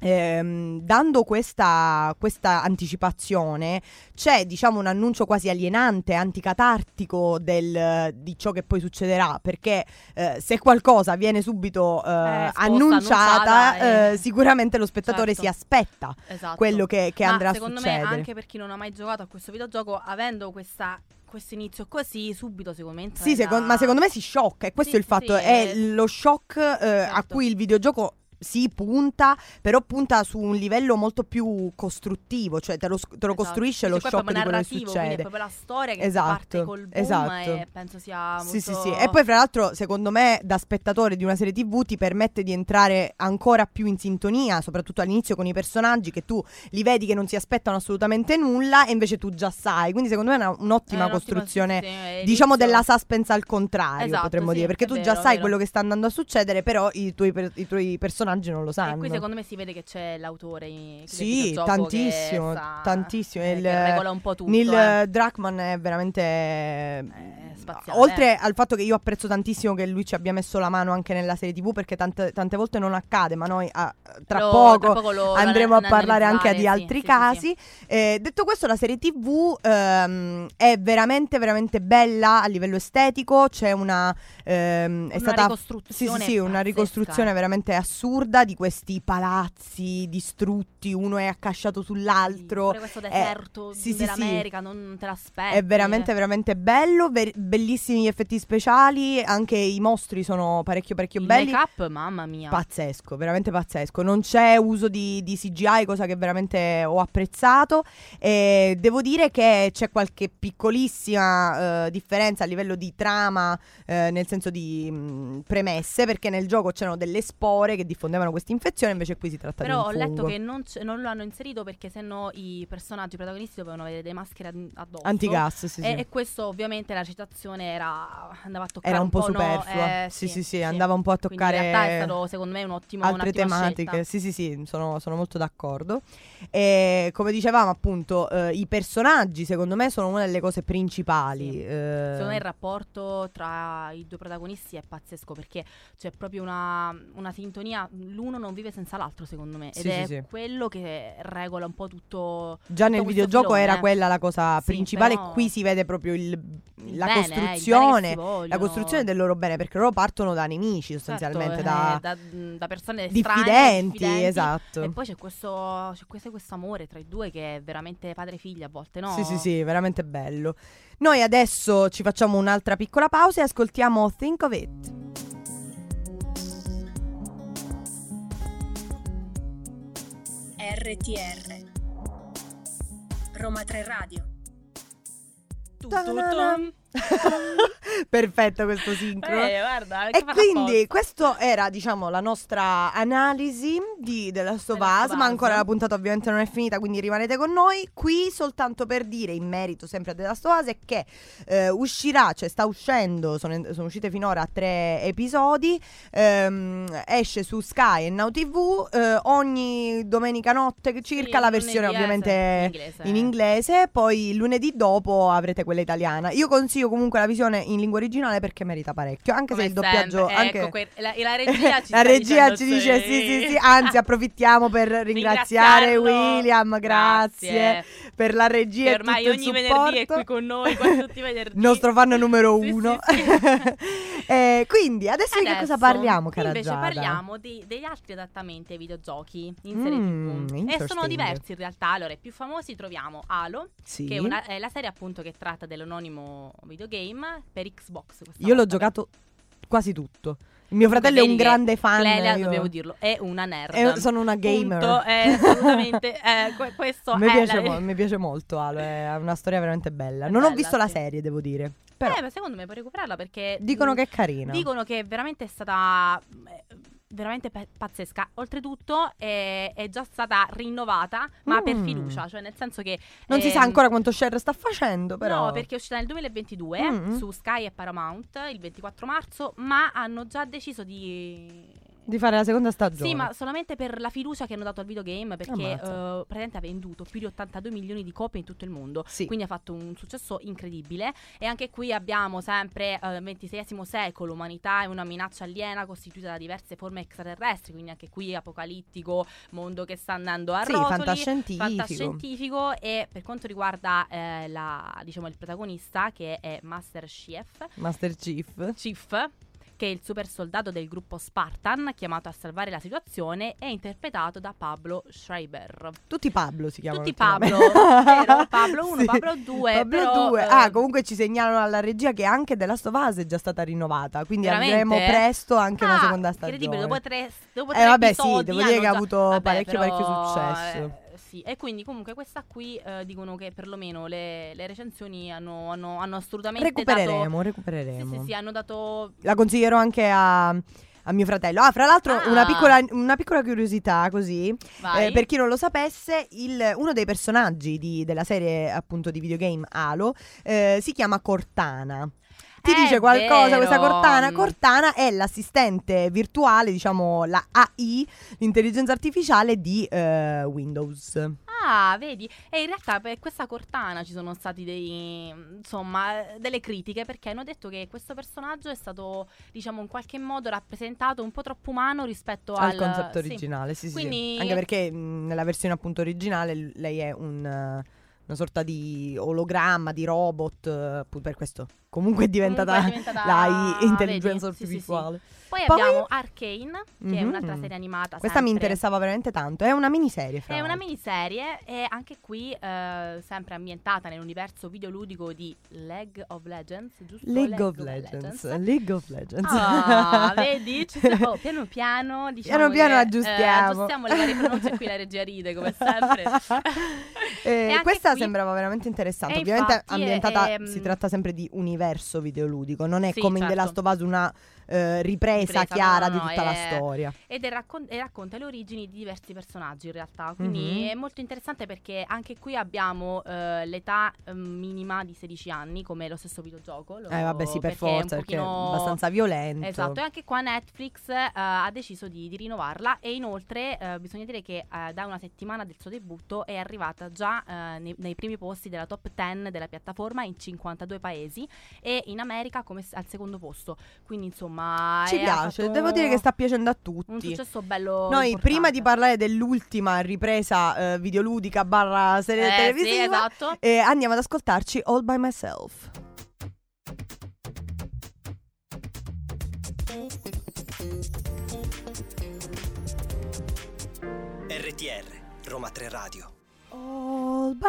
Speaker 3: ehm, dando questa, questa anticipazione c'è diciamo un annuncio quasi alienante, anticatartico del- di ciò che poi succederà perché eh, se qualcosa viene subito eh,
Speaker 4: esposta,
Speaker 3: annunciata
Speaker 4: annunciata, eh.
Speaker 3: eh, sicuramente lo spettatore
Speaker 4: Certo.
Speaker 3: si aspetta
Speaker 4: Esatto.
Speaker 3: quello che, che
Speaker 4: Ma
Speaker 3: andrà a
Speaker 4: secondo
Speaker 3: succedere
Speaker 4: me anche per chi non ha mai giocato a questo videogioco, avendo questa, questo inizio così, subito secondo me entra
Speaker 3: Sì,
Speaker 4: nella-
Speaker 3: secon- ma secondo me si sciocca e questo
Speaker 4: Sì,
Speaker 3: è il fatto,
Speaker 4: sì,
Speaker 3: è
Speaker 4: eh,
Speaker 3: lo shock eh, a
Speaker 4: certo.
Speaker 3: cui il videogioco si punta, però punta su un livello molto più costruttivo, cioè te lo, sc- te lo
Speaker 4: Esatto.
Speaker 3: costruisce
Speaker 4: Sì,
Speaker 3: lo
Speaker 4: poi è
Speaker 3: shock di
Speaker 4: proprio
Speaker 3: quello che
Speaker 4: narrativo, quindi
Speaker 3: succede.
Speaker 4: È proprio la storia che
Speaker 3: Esatto,
Speaker 4: parte col boom
Speaker 3: esatto.
Speaker 4: e penso sia molto...
Speaker 3: Sì,
Speaker 4: Eh,
Speaker 3: sì, sì. E poi, fra l'altro, secondo me, da spettatore di una serie TV ti permette di entrare ancora più in sintonia, soprattutto all'inizio con i personaggi che tu li vedi che non si aspettano assolutamente nulla e invece tu già sai. Quindi, secondo me, è una-
Speaker 4: È
Speaker 3: un'ottima
Speaker 4: un'ottima-
Speaker 3: costruzione.
Speaker 4: sì, sì, è
Speaker 3: Diciamo
Speaker 4: inizio-
Speaker 3: della suspense al contrario,
Speaker 4: Esatto,
Speaker 3: potremmo
Speaker 4: sì,
Speaker 3: dire, perché
Speaker 4: è
Speaker 3: tu già sai
Speaker 4: vero, è vero.
Speaker 3: quello che sta andando a succedere, però i tuoi, per- i tuoi personaggi non lo sanno.
Speaker 4: E qui secondo me si vede che c'è l'autore in- del
Speaker 3: Sì,
Speaker 4: videogioco
Speaker 3: tantissimo,
Speaker 4: che sa-
Speaker 3: tantissimo.
Speaker 4: eh,
Speaker 3: Il-
Speaker 4: che regola un po' tutto.
Speaker 3: Neil
Speaker 4: eh.
Speaker 3: eh, Druckmann è veramente.
Speaker 4: spaziale, eh.
Speaker 3: Oltre al fatto che io apprezzo tantissimo che lui ci abbia messo la mano anche nella serie TV, perché tante, tante volte non accade, ma noi ah, tra,
Speaker 4: Lo-
Speaker 3: poco
Speaker 4: lo- lo
Speaker 3: andremo a
Speaker 4: an-
Speaker 3: parlare anche di
Speaker 4: analizzare, sì,
Speaker 3: altri
Speaker 4: sì, sì,
Speaker 3: casi.
Speaker 4: sì.
Speaker 3: Eh, detto questo, la serie TV ehm, è veramente, veramente bella a livello estetico. C'è una. ehm, è
Speaker 4: Una
Speaker 3: stata sì,
Speaker 4: ricostruzione
Speaker 3: sì, sì, una
Speaker 4: pazzesca. eh.
Speaker 3: ricostruzione veramente assurda di questi palazzi distrutti, uno è accasciato sull'altro.
Speaker 4: Pure questo deserto
Speaker 3: eh, sì, sì, sì.
Speaker 4: dell'America non te l'aspetti. eh.
Speaker 3: È veramente, veramente bello. ver- bellissimi gli effetti speciali. Anche i mostri sono parecchio, parecchio
Speaker 4: Il
Speaker 3: belli.
Speaker 4: make-up, mamma mia.
Speaker 3: Pazzesco, veramente pazzesco. Non c'è uso di, di CGI, cosa che veramente ho apprezzato. E devo dire che c'è qualche piccolissima eh, differenza a livello di trama, eh, nel senso di mh, premesse, perché nel gioco c'erano delle spore che diffondevano questa infezione, invece qui si tratta
Speaker 4: Però ho
Speaker 3: di un
Speaker 4: letto
Speaker 3: fungo.
Speaker 4: che non, c- non lo hanno inserito perché sennò i personaggi, i protagonisti dovevano avere delle maschere ad- addosso.
Speaker 3: Antigas, sì, sì.
Speaker 4: E, e questo ovviamente la citazione era andava a toccare
Speaker 3: Era un po'
Speaker 4: no,
Speaker 3: superflua.
Speaker 4: eh,
Speaker 3: sì, sì, sì, andava un po' a
Speaker 4: Quindi in
Speaker 3: toccare
Speaker 4: realtà è stato secondo me un ottimo
Speaker 3: altre
Speaker 4: un'ottima
Speaker 3: tematiche.
Speaker 4: scelta.
Speaker 3: Sì, sì, sì, sono, sono molto d'accordo. E come dicevamo, appunto, eh, i personaggi, secondo me, sono una delle cose principali.
Speaker 4: Sì.
Speaker 3: eh.
Speaker 4: Secondo me il rapporto tra i due protagonisti è pazzesco perché c'è proprio una, una sintonia, l'uno non vive senza l'altro secondo me ed
Speaker 3: Sì,
Speaker 4: è
Speaker 3: sì, sì.
Speaker 4: quello che regola un po' tutto
Speaker 3: Già nel
Speaker 4: questo
Speaker 3: videogioco
Speaker 4: filone.
Speaker 3: era quella la cosa
Speaker 4: Sì,
Speaker 3: principale,
Speaker 4: però-
Speaker 3: qui si vede proprio il-
Speaker 4: il
Speaker 3: la
Speaker 4: bene, eh, il bene che si
Speaker 3: costruzione. la
Speaker 4: vogliono.
Speaker 3: costruzione del loro bene, perché loro partono da nemici
Speaker 4: Certo,
Speaker 3: sostanzialmente,
Speaker 4: eh,
Speaker 3: da
Speaker 4: da, da persone strane,
Speaker 3: diffidenti, esatto.
Speaker 4: E poi c'è questo, c'è questo, questo amore tra i due che è veramente padre e figlia a volte, no?
Speaker 3: Sì, sì, sì, veramente bello. Noi adesso ci facciamo un'altra piccola pausa e ascoltiamo Think of It.
Speaker 2: RTR. Roma 3 Radio.
Speaker 4: Tu, tu,
Speaker 3: Ta-na-na.
Speaker 4: tu.
Speaker 3: Perfetto questo sincrono.
Speaker 4: Eh, guarda, che
Speaker 3: E
Speaker 4: fa
Speaker 3: quindi
Speaker 4: apposta.
Speaker 3: questa era diciamo la nostra analisi di The Last of
Speaker 4: The Last
Speaker 3: Us,
Speaker 4: of
Speaker 3: ma
Speaker 4: Us.
Speaker 3: ancora la puntata ovviamente non è finita, quindi rimanete con noi. Qui soltanto per dire in merito sempre a The Last of Us è che eh, uscirà, cioè sta uscendo, sono, sono uscite finora tre episodi, ehm, esce su Sky e Now TV eh, ogni domenica notte circa
Speaker 4: Sì,
Speaker 3: la
Speaker 4: non
Speaker 3: versione
Speaker 4: in inglese, eh.
Speaker 3: ovviamente
Speaker 4: in inglese.
Speaker 3: in inglese, poi lunedì dopo avrete quella italiana. Io consiglio consiglio comunque la visione in lingua originale perché merita parecchio. Anche
Speaker 4: Come
Speaker 3: se il
Speaker 4: sempre.
Speaker 3: doppiaggio.
Speaker 4: Eh,
Speaker 3: anche-
Speaker 4: ecco, que- la- la regia ci
Speaker 3: La
Speaker 4: sta
Speaker 3: regia
Speaker 4: dicendo
Speaker 3: ci dice:
Speaker 4: sì.
Speaker 3: sì, sì, sì. Anzi, approfittiamo per ringraziare
Speaker 4: Ringraziarlo.
Speaker 3: William. Grazie, per la regia.
Speaker 4: Che
Speaker 3: e
Speaker 4: ormai
Speaker 3: tutto il
Speaker 4: ogni venerdì è
Speaker 3: supporto.
Speaker 4: qui con noi, quasi tutti i venerdì.
Speaker 3: Il nostro fan numero
Speaker 4: Sì,
Speaker 3: uno.
Speaker 4: sì,
Speaker 3: Eh, quindi, adesso, di che
Speaker 4: Adesso,
Speaker 3: cosa parliamo, cara
Speaker 4: Invece
Speaker 3: Giada?
Speaker 4: parliamo di- degli altri adattamenti ai videogiochi in serie
Speaker 3: Mm,
Speaker 4: TV. E sono
Speaker 3: interesting.
Speaker 4: diversi in realtà. Allora, i più famosi troviamo Halo,
Speaker 3: Sì.
Speaker 4: che è, una- è la serie appunto che tratta dell'anonimo videogame per Xbox. questa
Speaker 3: Io l'ho
Speaker 4: volta.
Speaker 3: giocato quasi tutto. Mio fratello è
Speaker 4: vedi
Speaker 3: un
Speaker 4: che
Speaker 3: grande fan.
Speaker 4: Clelia,
Speaker 3: io-
Speaker 4: dobbiamo dirlo, è una nerd.
Speaker 3: Eh, sono una gamer.
Speaker 4: Punto, eh, assolutamente. Eh, que- questo
Speaker 3: mi
Speaker 4: è
Speaker 3: piace,
Speaker 4: la-
Speaker 3: mo- mi piace molto Alo, è una storia veramente bella.
Speaker 4: È
Speaker 3: Non ho
Speaker 4: bella,
Speaker 3: visto la
Speaker 4: sì.
Speaker 3: serie, devo dire. Però
Speaker 4: Eh, mm, ma secondo me puoi recuperarla perché...
Speaker 3: dicono
Speaker 4: mh,
Speaker 3: che è carina.
Speaker 4: Dicono che veramente è stata mm, eh, veramente pe- pazzesca. Oltretutto è, è già stata rinnovata, ma per
Speaker 3: Mm.
Speaker 4: fiducia, cioè nel senso che
Speaker 3: non si sa
Speaker 4: ehm,
Speaker 3: ancora quanto share sta facendo, però.
Speaker 4: No, perché è uscita nel 2022
Speaker 3: Mm.
Speaker 4: su Sky e Paramount il 24 marzo, ma hanno già deciso di
Speaker 3: Di fare la seconda stagione.
Speaker 4: Sì, ma solamente per la fiducia che hanno dato al videogame perché eh,
Speaker 3: Ammazza.
Speaker 4: praticamente ha venduto più di 82 milioni di copie in tutto il mondo.
Speaker 3: Sì.
Speaker 4: Quindi ha fatto un successo incredibile. E anche qui abbiamo sempre eh, XXI secolo, l'umanità è una minaccia aliena costituita da diverse forme extraterrestri, quindi anche qui apocalittico, mondo che sta andando a
Speaker 3: Sì,
Speaker 4: rotoli.
Speaker 3: fantascientifico.
Speaker 4: Fantascientifico e per quanto riguarda eh, la- diciamo, il protagonista che è Master Chief,
Speaker 3: Master Chief.
Speaker 4: Chief, che è il super soldato del gruppo Spartan, chiamato a salvare la situazione, è interpretato da Pablo Schreiber.
Speaker 3: Tutti Pablo si chiamano.
Speaker 4: Tutti
Speaker 3: ultimamente.
Speaker 4: Pablo, vero? Pablo uno,
Speaker 3: Sì.
Speaker 4: Pablo due,
Speaker 3: Pablo
Speaker 4: però,
Speaker 3: due.
Speaker 4: eh,
Speaker 3: Ah, comunque ci segnalano alla regia che anche The Last of Us è già stata rinnovata. Quindi
Speaker 4: Veramente?
Speaker 3: avremo presto anche
Speaker 4: Ah,
Speaker 3: una seconda stagione.
Speaker 4: Incredibile, dopo tre, dopo
Speaker 3: Eh,
Speaker 4: tre
Speaker 3: vabbè, sì,
Speaker 4: episodi ah,
Speaker 3: devo dire
Speaker 4: hanno
Speaker 3: che ha
Speaker 4: già-
Speaker 3: avuto parecchio, parecchio successo.
Speaker 4: eh, sì, e quindi comunque questa qui eh, dicono che perlomeno le, le recensioni hanno, hanno- hanno assolutamente
Speaker 3: Recupereremo,
Speaker 4: dato...
Speaker 3: recupereremo.
Speaker 4: Sì, sì, sì, hanno dato
Speaker 3: la consiglierò anche a, a mio fratello. Ah, fra l'altro,
Speaker 4: Ah.
Speaker 3: una, piccola, una piccola curiosità così.
Speaker 4: vai,
Speaker 3: Eh, per chi non lo sapesse, il- uno dei personaggi di- della serie appunto di videogame Halo eh, si chiama Cortana. Ti
Speaker 4: È
Speaker 3: dice qualcosa
Speaker 4: vero.
Speaker 3: questa Cortana? Cortana è l'assistente virtuale, diciamo la AI, l'intelligenza artificiale di eh, Windows.
Speaker 4: Ah, vedi? E in realtà per questa Cortana ci sono stati dei insomma, delle critiche perché hanno detto che questo personaggio è stato, diciamo, in qualche modo rappresentato un po' troppo umano rispetto al,
Speaker 3: Al concepto
Speaker 4: sì.
Speaker 3: originale, sì, sì, sì.
Speaker 4: Quindi-
Speaker 3: Anche perché mh, nella versione appunto originale l- lei è un, eh, una sorta di ologramma, di robot, eh, appunto per questo comunque è diventata,
Speaker 4: Comunque è diventata-
Speaker 3: la
Speaker 4: vedi?
Speaker 3: intelligenza
Speaker 4: Sì, sì, sì.
Speaker 3: artificiale.
Speaker 4: Poi,
Speaker 3: Poi-
Speaker 4: abbiamo Arcane, che è
Speaker 3: Mhm.
Speaker 4: un'altra serie animata.
Speaker 3: Questa mi
Speaker 4: sempre.
Speaker 3: interessava veramente tanto, è una miniserie fra
Speaker 4: È una
Speaker 3: l'altro.
Speaker 4: miniserie e anche qui eh, sempre ambientata nell'universo videoludico di League of Legends, giusto?
Speaker 3: League of Legends, League of Legends.
Speaker 4: Ah, vedi? Ci sta- oh, piano piano, diciamo
Speaker 3: Piano piano
Speaker 4: che,
Speaker 3: aggiustiamo.
Speaker 4: eh, aggiustiamo le varie pronunce qui la regia ride come sempre.
Speaker 3: Eh,
Speaker 4: E anche
Speaker 3: questa
Speaker 4: qui-
Speaker 3: sembrava veramente interessante.
Speaker 4: Eh,
Speaker 3: Ovviamente
Speaker 4: infatti,
Speaker 3: ambientata,
Speaker 4: ehm,
Speaker 3: si tratta sempre di universo videoludico, non è
Speaker 4: Sì,
Speaker 3: come in The
Speaker 4: certo.
Speaker 3: Last of Us una eh, ripresa,
Speaker 4: Ripresa,
Speaker 3: chiara
Speaker 4: no,
Speaker 3: di
Speaker 4: no,
Speaker 3: tutta
Speaker 4: è-
Speaker 3: la storia.
Speaker 4: Ed è raccon- e racconta le origini di diversi personaggi in realtà, quindi
Speaker 3: Mhm.
Speaker 4: è molto interessante perché anche qui abbiamo eh, l'età eh, minima di 16 anni come lo stesso videogioco. lo-
Speaker 3: Eh vabbè sì, per
Speaker 4: perché è un
Speaker 3: forza, perché è
Speaker 4: pochino-
Speaker 3: abbastanza violento.
Speaker 4: Esatto, e anche qua Netflix eh, ha deciso di, di rinnovarla e inoltre eh, bisogna dire che eh, da una settimana del suo debutto è arrivata già eh, nei, nei primi posti della top 10 della piattaforma in 52 paesi e in America come s- al secondo posto. Quindi insomma...
Speaker 3: Ci
Speaker 4: è- ha
Speaker 3: piace,
Speaker 4: fatto
Speaker 3: devo dire che sta piacendo a
Speaker 4: Un
Speaker 3: tutti.
Speaker 4: successo bello.
Speaker 3: Noi
Speaker 4: importante.
Speaker 3: prima di parlare dell'ultima ripresa eh, videoludica barra serie
Speaker 4: eh,
Speaker 3: televisiva,
Speaker 4: Sì, esatto.
Speaker 3: eh, andiamo ad ascoltarci All By Myself.
Speaker 1: RTR, Roma 3 Radio.
Speaker 3: All By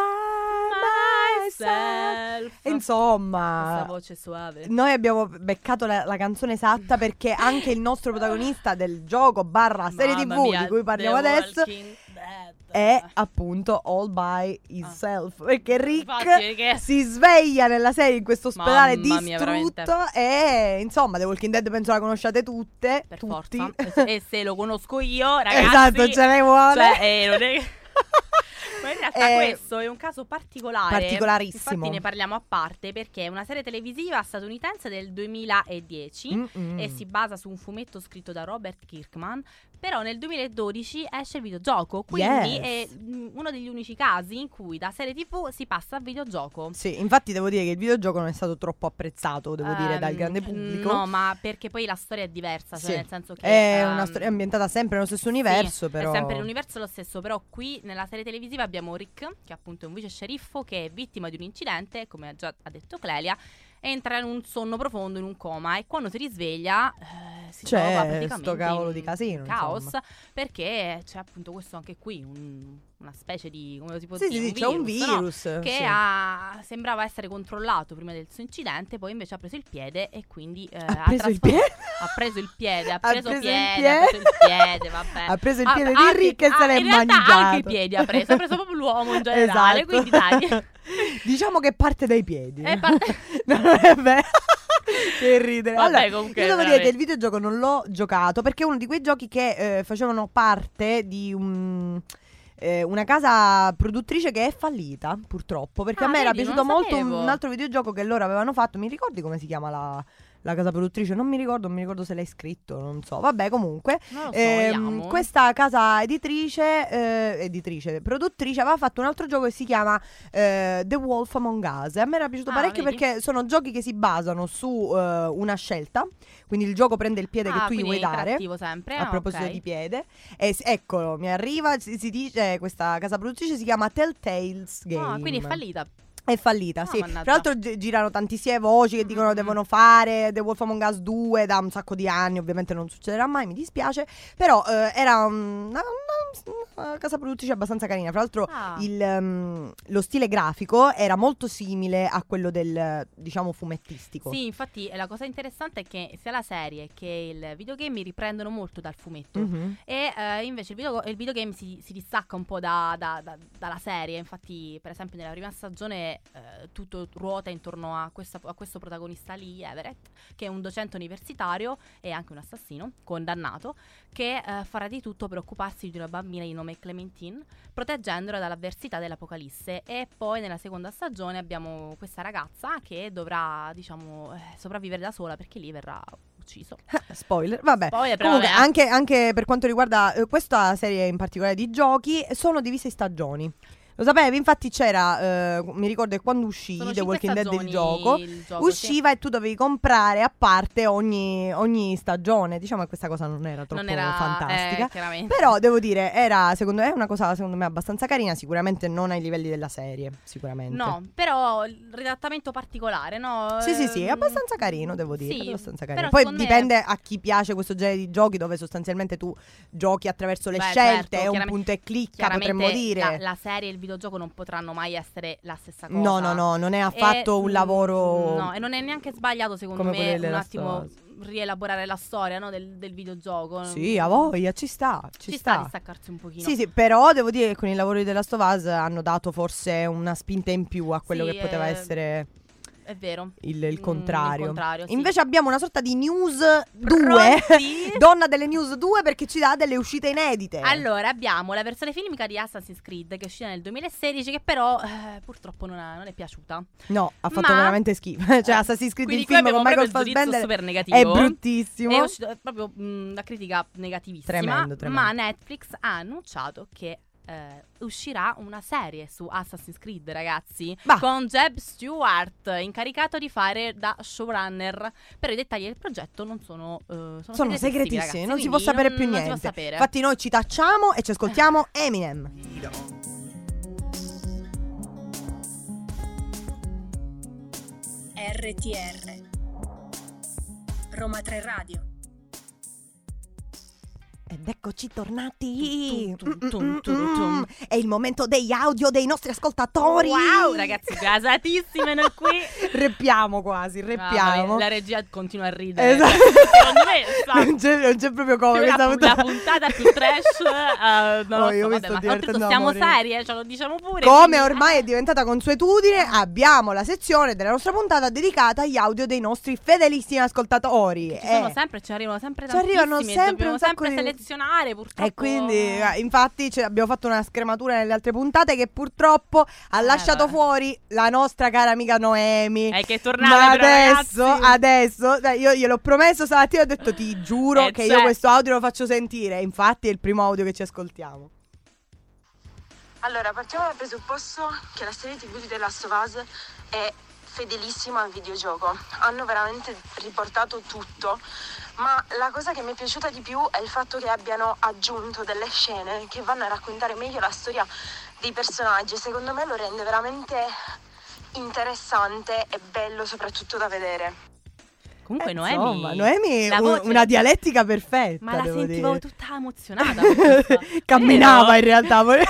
Speaker 3: Myself. E
Speaker 4: Questa
Speaker 3: eh, Insomma,
Speaker 4: voce suave.
Speaker 3: noi abbiamo beccato la, la canzone esatta perché anche il nostro protagonista del gioco barra serie
Speaker 4: Mamma
Speaker 3: tv
Speaker 4: mia,
Speaker 3: di cui parliamo
Speaker 4: The
Speaker 3: adesso
Speaker 4: Walking Dead.
Speaker 3: è appunto All By Himself perché Rick
Speaker 4: Ah. Infatti, che-
Speaker 3: si sveglia nella serie in questo ospedale
Speaker 4: Mamma mia,
Speaker 3: distrutto e insomma The Walking Dead penso la conosciate tutte
Speaker 4: per
Speaker 3: tutti.
Speaker 4: forza. E se- e se lo conosco io, ragazzi.
Speaker 3: esatto ce ne vuole
Speaker 4: Cioè, eh, non è- Ma in realtà
Speaker 3: Eh,
Speaker 4: questo è un caso particolare.
Speaker 3: Particolarissimo.
Speaker 4: Infatti ne parliamo a parte perché è una serie televisiva statunitense del 2010
Speaker 3: Mm-mm. Mm.
Speaker 4: e si basa su un fumetto scritto da Robert Kirkman Però nel 2012 esce il videogioco, quindi
Speaker 3: Yes.
Speaker 4: è mm, uno degli unici casi in cui da serie TV si passa al videogioco.
Speaker 3: Sì, infatti devo dire che il videogioco non è stato troppo apprezzato, devo dire, dal
Speaker 4: Ehm,
Speaker 3: grande pubblico.
Speaker 4: No, ma perché poi la storia è diversa, cioè
Speaker 3: Sì.
Speaker 4: nel senso che
Speaker 3: È una
Speaker 4: ehm,
Speaker 3: storia ambientata sempre nello stesso
Speaker 4: sì,
Speaker 3: universo, però.
Speaker 4: È sempre l'universo lo stesso, però qui nella serie televisiva abbiamo Rick, che appunto è un vice sceriffo che è vittima di un incidente, come ha già ha detto Clelia, entra in un sonno profondo, in un coma e quando si risveglia eh, si
Speaker 3: Cioè,
Speaker 4: trova praticamente
Speaker 3: sto cavolo
Speaker 4: in
Speaker 3: di casino,
Speaker 4: Caos,
Speaker 3: insomma.
Speaker 4: perché c'è appunto questo anche qui, un- una specie di come si può
Speaker 3: Sì, sì,
Speaker 4: dire,
Speaker 3: sì, c'è un
Speaker 4: no?
Speaker 3: virus.
Speaker 4: che
Speaker 3: sì.
Speaker 4: ha- sembrava essere controllato prima del suo incidente, poi invece ha preso il piede e quindi eh,
Speaker 3: Ha preso il
Speaker 4: trasform-
Speaker 3: piede.
Speaker 4: ha preso il piede, ha preso
Speaker 3: il
Speaker 4: piede, ha preso il piede, vabbè.
Speaker 3: Ha preso il
Speaker 4: Ah,
Speaker 3: piede
Speaker 4: anche-
Speaker 3: di Rick e
Speaker 4: ah,
Speaker 3: se l'è
Speaker 4: in realtà
Speaker 3: mangiato. Esatto.
Speaker 4: anche i piedi ha preso, ha preso proprio l'uomo in generale, quindi dai.
Speaker 3: diciamo che parte dai piedi.
Speaker 4: Eh, parte-
Speaker 3: No, non è vero. che ridere.
Speaker 4: Vabbè,
Speaker 3: allora,
Speaker 4: comunque,
Speaker 3: io devo dire
Speaker 4: veramente.
Speaker 3: che il videogioco non l'ho giocato perché è uno di quei giochi che eh, facevano parte di un- eh, una casa produttrice che è fallita, purtroppo. Perché
Speaker 4: Ah,
Speaker 3: a me era
Speaker 4: vedi, non
Speaker 3: piaciuto
Speaker 4: lo
Speaker 3: molto un,
Speaker 4: sapevo.
Speaker 3: un altro videogioco che loro avevano fatto. Mi ricordi come si chiama la, la casa produttrice? Non mi ricordo, non mi ricordo se l'hai scritto, non so. Vabbè, comunque.
Speaker 4: Non lo so,
Speaker 3: Ehm,
Speaker 4: vediamo.
Speaker 3: questa casa editrice, eh, editrice, produttrice, aveva fatto un altro gioco che si chiama eh, The Wolf Among Us. A me era piaciuto
Speaker 4: Ah,
Speaker 3: parecchio
Speaker 4: vedi?
Speaker 3: perché sono giochi che si basano su eh, una scelta, quindi il gioco prende il piede
Speaker 4: Ah,
Speaker 3: che tu gli
Speaker 4: quindi
Speaker 3: vuoi dare.
Speaker 4: interattivo sempre,
Speaker 3: A
Speaker 4: ah,
Speaker 3: proposito
Speaker 4: ok.
Speaker 3: di piede, e, s- eccolo, mi arriva, si, si dice, questa casa produttrice si chiama Telltales Game.
Speaker 4: Ah, quindi è fallita.
Speaker 3: È fallita,
Speaker 4: Ah,
Speaker 3: sì.
Speaker 4: mannaggia. Mm-hmm.
Speaker 3: Tra l'altro gi- girano tantissime voci che dicono
Speaker 4: Mm-mm.
Speaker 3: devono fare The Wolf Among Us 2 da un sacco di anni, ovviamente non succederà mai, mi dispiace, però eh, era un- una, una- una casa produttrice abbastanza carina. Fra l'altro
Speaker 4: Ah.
Speaker 3: Oh, il, ehm, lo stile grafico era molto simile a quello del, diciamo, fumettistico.
Speaker 4: Sì, infatti eh, la cosa interessante è che sia la serie che il videogame riprendono molto dal fumetto.
Speaker 3: Mhm.
Speaker 4: E eh, invece il, video- il videogame si, si distacca un po' da- da- da- dalla serie, infatti per esempio nella prima stagione eh, tutto ruota intorno a, questa- a questo protagonista lì, Everett, che è un docente universitario e anche un assassino condannato, che eh, farà di tutto per occuparsi di una bambina di nome Clementine, proteggendola dall'avversità dell'apocalisse. E poi nella seconda stagione abbiamo questa ragazza che dovrà, diciamo, eh, sopravvivere da sola perché lì verrà ucciso.
Speaker 3: Spoiler, Eh, vabbè.
Speaker 4: Poi
Speaker 3: Comunque, anche, anche per quanto riguarda eh, questa serie in particolare di giochi, sono divise in stagioni. Lo sapevi, infatti c'era, eh, mi ricordo che quando uscì The Walking Dead il gioco, usciva e tu dovevi comprare a parte ogni, ogni stagione. Diciamo che questa cosa non era troppo
Speaker 4: non era
Speaker 3: fantastica.
Speaker 4: eh, chiaramente.
Speaker 3: Però devo dire, era secondo me una cosa secondo me abbastanza carina, sicuramente non ai livelli della serie, sicuramente.
Speaker 4: No, però il ridattamento particolare, no?
Speaker 3: Sì, sì, sì, è
Speaker 4: Ehm,
Speaker 3: abbastanza carino, devo dire.
Speaker 4: sì,
Speaker 3: abbastanza
Speaker 4: però
Speaker 3: carino. Poi
Speaker 4: secondo me-
Speaker 3: dipende a chi piace questo genere di giochi, dove sostanzialmente tu giochi attraverso le
Speaker 4: Beh,
Speaker 3: scelte,
Speaker 4: certo,
Speaker 3: è un
Speaker 4: chiaramente-
Speaker 3: punto e clicca,
Speaker 4: chiaramente
Speaker 3: potremmo dire.
Speaker 4: La, la serie e il videogioco non potranno mai essere la stessa cosa.
Speaker 3: No, no, no, non è
Speaker 4: E- mm,
Speaker 3: affatto un lavoro.
Speaker 4: No, e non è neanche sbagliato, secondo
Speaker 3: come
Speaker 4: me,
Speaker 3: quelli
Speaker 4: un
Speaker 3: della
Speaker 4: attimo
Speaker 3: storia.
Speaker 4: rielaborare la storia no, del, del videogioco.
Speaker 3: Sì, a voglia, ci sta, ci,
Speaker 4: Ci, sta a distaccarsi un pochino.
Speaker 3: Sì, sì, però devo dire che con i lavori della Stovaz hanno dato forse una spinta in più a quello
Speaker 4: Sì,
Speaker 3: che poteva
Speaker 4: eh,
Speaker 3: essere
Speaker 4: È vero.
Speaker 3: il,
Speaker 4: Mm,
Speaker 3: il contrario.
Speaker 4: contrario, sì.
Speaker 3: Invece abbiamo una sorta di news 2,
Speaker 4: Pronti?
Speaker 3: donna delle news 2 perché ci dà delle uscite inedite.
Speaker 4: Allora, abbiamo la versione filmica di Assassin's Creed che è uscita nel 2016, che però eh, purtroppo non, ha- non è piaciuta.
Speaker 3: No, ha fatto
Speaker 4: Ma- Eh,
Speaker 3: veramente schifo. cioè, Assassin's Creed
Speaker 4: Quindi
Speaker 3: il
Speaker 4: qui
Speaker 3: film
Speaker 4: abbiamo
Speaker 3: con Michael
Speaker 4: proprio il giudizio Eh,
Speaker 3: Fassbender
Speaker 4: super
Speaker 3: è
Speaker 4: negativo.
Speaker 3: bruttissimo.
Speaker 4: È uscito è proprio mh, una critica negativissima.
Speaker 3: Tremendo, tremendo.
Speaker 4: Ma Netflix ha annunciato che eh, uscirà una serie su Assassin's Creed, ragazzi.
Speaker 3: Bah.
Speaker 4: Con Jeb Stewart, incaricato di fare da showrunner. Però i dettagli del progetto non sono. eh, sono,
Speaker 3: Sono segretissimi,
Speaker 4: ragazzi,
Speaker 3: non si
Speaker 4: quindi
Speaker 3: può sapere
Speaker 4: non-
Speaker 3: più niente.
Speaker 4: Non si può sapere.
Speaker 3: Infatti noi ci tacciamo e ci ascoltiamo Eminem.
Speaker 2: RTR Roma 3 Radio
Speaker 3: Ed eccoci tornati.
Speaker 4: Tum, tum, tum,
Speaker 3: Mm, mm,
Speaker 4: tum,
Speaker 3: mm,
Speaker 4: tum.
Speaker 3: mm. È il momento degli audio dei nostri ascoltatori.
Speaker 4: Wow, ragazzi, gasatissime noi qui.
Speaker 3: Reppiamo quasi,
Speaker 4: Mamma mia,
Speaker 3: reppiamo.
Speaker 4: La regia continua a ridere.
Speaker 3: Esatto.
Speaker 4: Secondo me sta-
Speaker 3: non, c'è, non c'è proprio come
Speaker 4: Sembra
Speaker 3: questa
Speaker 4: la, la puntata più trash eh, non
Speaker 3: Oh,
Speaker 4: lo
Speaker 3: io
Speaker 4: so
Speaker 3: mi
Speaker 4: vabbè,
Speaker 3: sto
Speaker 4: ma
Speaker 3: divertendo
Speaker 4: soprattutto
Speaker 3: a
Speaker 4: siamo
Speaker 3: morire.
Speaker 4: serie ce lo diciamo pure
Speaker 3: Come
Speaker 4: quindi- ah.
Speaker 3: ormai è diventata consuetudine, abbiamo la sezione della nostra puntata dedicata agli audio dei nostri fedelissimi ascoltatori.
Speaker 4: ah, ci sono
Speaker 3: Eh,
Speaker 4: sempre ci arrivano sempre
Speaker 3: ci arrivano
Speaker 4: tantissimi e
Speaker 3: sempre
Speaker 4: dobbiamo
Speaker 3: un sacco
Speaker 4: sempre
Speaker 3: di-
Speaker 4: selezionare purtroppo.
Speaker 3: E quindi, eh, infatti, ce- abbiamo fatto una scrematura nelle altre puntate che purtroppo ha
Speaker 4: Eh,
Speaker 3: lasciato
Speaker 4: vabbè. Eh,
Speaker 3: fuori la nostra cara amica Noemi.
Speaker 4: È che
Speaker 3: Ma
Speaker 4: tornava però,
Speaker 3: adesso,
Speaker 4: ragazzi.
Speaker 3: adesso, dai, io gliel'ho promesso stamattina, ho detto ti giuro
Speaker 4: Eh,
Speaker 3: che
Speaker 4: cioè-
Speaker 3: io questo audio lo faccio sentire, infatti è il primo audio che ci ascoltiamo.
Speaker 5: Allora, partiamo dal presupposto che la serie TV di The Last of Us è fedelissima al videogioco. Hanno veramente riportato tutto, ma la cosa che mi è piaciuta di più è il fatto che abbiano aggiunto delle scene che vanno a raccontare meglio la storia dei personaggi. Secondo me lo rende veramente interessante e bello soprattutto da vedere.
Speaker 4: Comunque
Speaker 3: Eh,
Speaker 4: Noemi.
Speaker 3: Insomma, Noemi
Speaker 4: la
Speaker 3: un-
Speaker 4: voce-
Speaker 3: una dialettica perfetta.
Speaker 4: Ma la
Speaker 3: devo
Speaker 4: sentivo
Speaker 3: dire.
Speaker 4: tutta emozionata. con questa-
Speaker 3: Camminava in
Speaker 4: Vero?
Speaker 3: realtà, poi-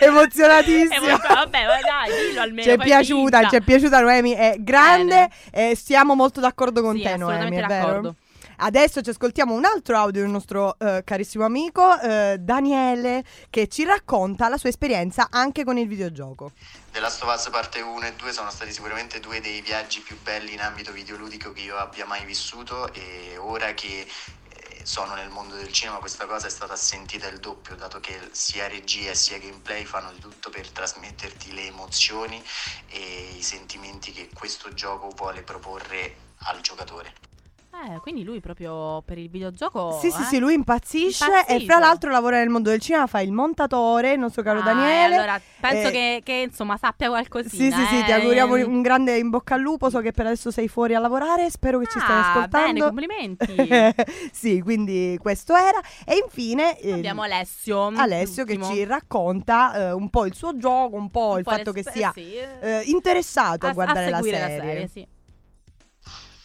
Speaker 3: emozionatissima.
Speaker 4: Emozion- vabbè, vai, dai, dillo almeno,
Speaker 3: Ci è
Speaker 4: fai
Speaker 3: piaciuta,
Speaker 4: finta. Eh,
Speaker 3: ci è piaciuta Noemi, è grande e siamo molto d'accordo con
Speaker 4: Sì,
Speaker 3: te Noemi,
Speaker 4: assolutamente
Speaker 3: è
Speaker 4: d'accordo.
Speaker 3: vero? Adesso ci ascoltiamo un altro audio del nostro eh, carissimo amico eh, Daniele che ci racconta la sua esperienza anche con il videogioco.
Speaker 6: The Last of Us parte 1 e 2 sono stati sicuramente due dei viaggi più belli in ambito videoludico che io abbia mai vissuto e ora che eh, sono nel mondo del cinema questa cosa è stata sentita il doppio dato che sia regia sia gameplay fanno di tutto per trasmetterti le emozioni e i sentimenti che questo gioco vuole proporre al giocatore.
Speaker 4: Eh, quindi lui proprio per il videogioco.
Speaker 3: sì, sì,
Speaker 4: eh?
Speaker 3: sì, lui impazzisce e
Speaker 4: Impazzito.
Speaker 3: fra l'altro lavora nel mondo del cinema, fa il montatore, il nostro caro
Speaker 4: Ah,
Speaker 3: Daniele.
Speaker 4: eh, allora, penso
Speaker 3: eh,
Speaker 4: che, che, insomma sappia qualcosina.
Speaker 3: Sì, sì, sì, ti
Speaker 4: eh.
Speaker 3: auguriamo un grande in bocca al lupo. So che per adesso sei fuori a lavorare, spero che ci stai
Speaker 4: Ah, bene,
Speaker 3: ascoltando. Eh,
Speaker 4: complimenti.
Speaker 3: sì, quindi questo era. E infine ehm,
Speaker 4: Abbiamo Alessio. mm,
Speaker 3: Alessio che
Speaker 4: l'ultimo.
Speaker 3: ci racconta eh, un po' il suo gioco, un po' il
Speaker 4: po'
Speaker 3: fatto che
Speaker 4: l'esper-
Speaker 3: sia
Speaker 4: sì, eh,
Speaker 3: eh, interessato a,
Speaker 4: a- a
Speaker 3: guardare la,
Speaker 4: seguire
Speaker 3: serie.
Speaker 4: sì.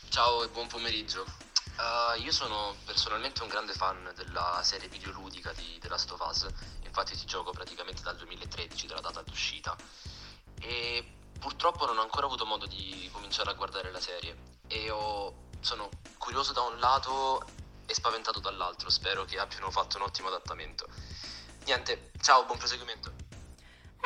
Speaker 7: Ciao e buon pomeriggio. Eh, io sono personalmente un grande fan della serie videoludica di The Last of Us, infatti ci gioco praticamente dal 2013, dalla data d'uscita. E purtroppo non ho ancora avuto modo di cominciare a guardare la serie e ho- sono curioso da un lato e spaventato dall'altro, spero che abbiano fatto un ottimo adattamento. Niente, ciao, buon proseguimento.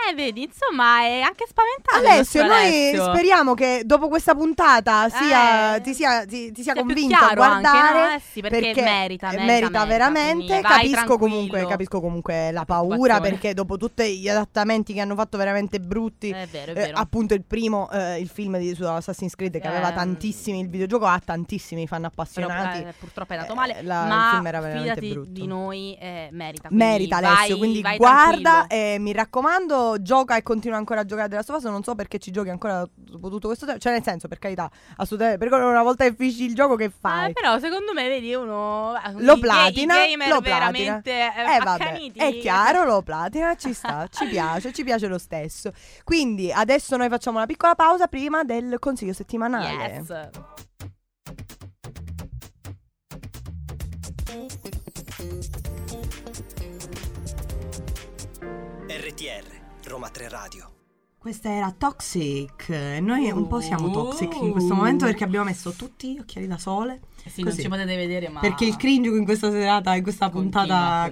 Speaker 4: Eh, vedi, insomma, è anche spaventato. il
Speaker 3: Alessio,
Speaker 4: nostro
Speaker 3: noi
Speaker 4: Alessio.
Speaker 3: speriamo che dopo questa puntata sia-
Speaker 4: Eh,
Speaker 3: ti sia, ti- ti sia
Speaker 4: più
Speaker 3: convinto a
Speaker 4: chiaro anche,
Speaker 3: guardare.
Speaker 4: no? Eh sì, perché, merita, merita,
Speaker 3: veramente.
Speaker 4: quindi vai
Speaker 3: Capisco comunque,
Speaker 4: tranquillo. Ecco,
Speaker 3: capisco comunque la paura
Speaker 4: preoccupazione.
Speaker 3: perché dopo tutti gli adattamenti che hanno fatto veramente brutti
Speaker 4: È vero, è
Speaker 3: Eh,
Speaker 4: vero.
Speaker 3: appunto il primo, eh, il film di, su Assassin's Creed che aveva
Speaker 4: Ehm.
Speaker 3: tantissimi, il videogioco ha tantissimi fan
Speaker 4: Però,
Speaker 3: appassionati.
Speaker 4: eh, purtroppo è andato
Speaker 3: Eh,
Speaker 4: male,
Speaker 3: la- il
Speaker 4: ma
Speaker 3: film era veramente
Speaker 4: fidati
Speaker 3: brutto.
Speaker 4: di noi, eh, merita. quindi
Speaker 3: Merita
Speaker 4: vai-
Speaker 3: Alessio, quindi
Speaker 4: vai
Speaker 3: guarda
Speaker 4: tranquillo. Eh,
Speaker 3: e mi raccomando, gioca e continua ancora a giocare della sua fase, non so perché ci giochi ancora dopo tutto questo tempo, cioè nel senso per carità, assolutamente, perché una volta che finisci il gioco che fai?
Speaker 4: Eh, però secondo me vedi uno ah,
Speaker 3: Lo
Speaker 4: i ga-
Speaker 3: platina,
Speaker 4: i gamer
Speaker 3: lo platina.
Speaker 4: veramente eh,
Speaker 3: Eh, vabbè,
Speaker 4: accaniti.
Speaker 3: è chiaro, lo platina, ci sta, ci piace, ci piace lo stesso. Quindi adesso noi facciamo una piccola pausa prima del consiglio settimanale.
Speaker 4: Yes.
Speaker 1: RTR Roma 3 Radio.
Speaker 3: Questa era Toxic. Noi un po' siamo
Speaker 4: Oh.
Speaker 3: toxic in questo momento perché abbiamo messo tutti gli occhiali da sole.
Speaker 4: Eh Sì,
Speaker 3: Così.
Speaker 4: non ci potete vedere, ma
Speaker 3: Perché il cringe in questa serata, in questa
Speaker 4: Continua,
Speaker 3: puntata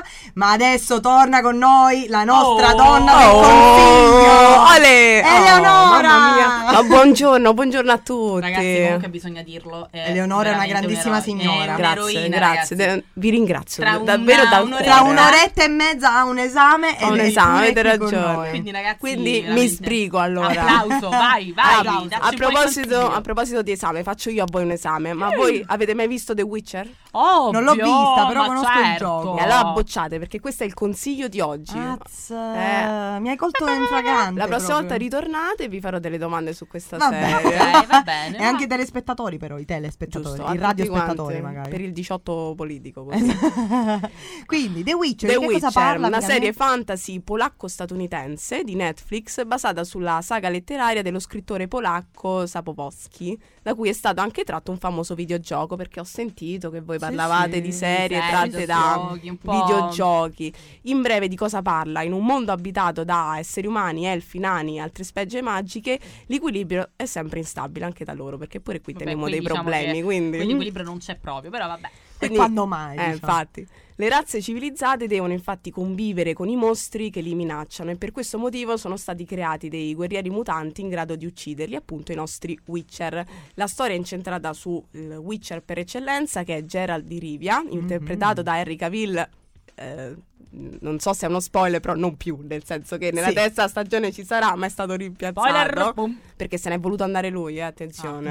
Speaker 3: continua. Ma adesso torna con noi la nostra
Speaker 4: Oh.
Speaker 3: donna del consiglio.
Speaker 8: Oh, Ale! Oh,
Speaker 3: Eleonora!
Speaker 8: mamma mia. Ma buongiorno, buongiorno a tutti.
Speaker 4: Ragazzi, comunque bisogna dirlo. È
Speaker 3: Eleonora è una
Speaker 4: veramente
Speaker 3: grandissima
Speaker 4: un'ero-
Speaker 3: signora.
Speaker 4: è
Speaker 8: grazie,
Speaker 4: un'eroina,
Speaker 8: grazie.
Speaker 4: ragazzi.
Speaker 8: De- vi ringrazio
Speaker 4: Tra
Speaker 8: davvero
Speaker 4: una-
Speaker 8: dal
Speaker 4: un'oretta-
Speaker 8: cuore.
Speaker 3: Tra un'oretta e mezza ha un esame e
Speaker 8: Ho un
Speaker 3: lei
Speaker 8: esame,
Speaker 3: pure
Speaker 8: avete
Speaker 3: qui con
Speaker 8: ragione.
Speaker 3: noi.
Speaker 4: Quindi ragazzi,
Speaker 8: Quindi mi
Speaker 4: veramente-
Speaker 8: sbrigo allora. Ah,
Speaker 4: Applauso, vai, vai.
Speaker 3: Applauso.
Speaker 4: dacci
Speaker 8: A
Speaker 4: un po' di
Speaker 8: proposito,
Speaker 4: consiglio.
Speaker 8: a proposito di esame, faccio io a voi un esame. Ma
Speaker 4: Eh.
Speaker 8: voi avete mai visto The Witcher?
Speaker 4: Ovvio,
Speaker 3: Non l'ho vista, però
Speaker 4: ma
Speaker 3: conosco il
Speaker 4: Oh, certo.
Speaker 3: gioco.
Speaker 8: E allora bocciate perché questo è il consiglio di oggi.
Speaker 3: Cazzo, mi hai colto in fragante.
Speaker 8: Eh. La prossima volta
Speaker 3: proprio.
Speaker 8: ritornate e vi farò delle domande su questa
Speaker 3: Vabbè.
Speaker 8: serie.
Speaker 4: Ok, va bene.
Speaker 3: E anche i telespettatori, però, i telespettatori,
Speaker 8: Giusto,
Speaker 3: i
Speaker 8: a tutti
Speaker 3: radiospettatori,
Speaker 8: quanti,
Speaker 3: magari.
Speaker 8: Per il 18 politico. così.
Speaker 3: Esatto. Quindi The Witcher,
Speaker 8: The
Speaker 3: Cioè, di che cosa
Speaker 8: Witcher,
Speaker 3: parla?
Speaker 8: una
Speaker 3: finalmente?
Speaker 8: serie fantasy polacco-statunitense di Netflix basata sulla saga letteraria dello scrittore polacco Sapowski, da cui è stato anche tratto un famoso videogioco perché ho sentito che voi
Speaker 3: Sì,
Speaker 8: parlavate
Speaker 3: sì,
Speaker 8: di serie
Speaker 4: Serie,
Speaker 8: tratte da
Speaker 4: videogiochi, Eh, un po'.
Speaker 8: videogiochi. In breve di cosa parla? In un mondo abitato da esseri umani, elfi, nani e altre specie magiche, l'equilibrio è sempre instabile anche da loro perché pure qui
Speaker 4: Vabbè,
Speaker 8: teniamo
Speaker 4: qui
Speaker 8: dei
Speaker 4: diciamo
Speaker 8: problemi,
Speaker 4: che-
Speaker 8: quindi...
Speaker 4: Quindi equilibrio non c'è proprio, però vabbè.
Speaker 8: Quindi-
Speaker 3: Quando mai?
Speaker 8: Eh,
Speaker 3: diciamo.
Speaker 8: infatti. Le razze civilizzate devono infatti convivere con i mostri che li minacciano e per questo motivo sono stati creati dei guerrieri mutanti in grado di ucciderli, appunto i nostri Witcher. La storia è incentrata sul Witcher per eccellenza che è Gerald di Rivia, interpretato da Henry Cavill. eh, non so se è uno spoiler, però non più, nel senso che nella
Speaker 3: Sì.
Speaker 8: terza stagione ci sarà, ma è stato rimpiazzato.
Speaker 4: Spoiler! Boom.
Speaker 8: Perché se n'è voluto andare lui, eh, attenzione.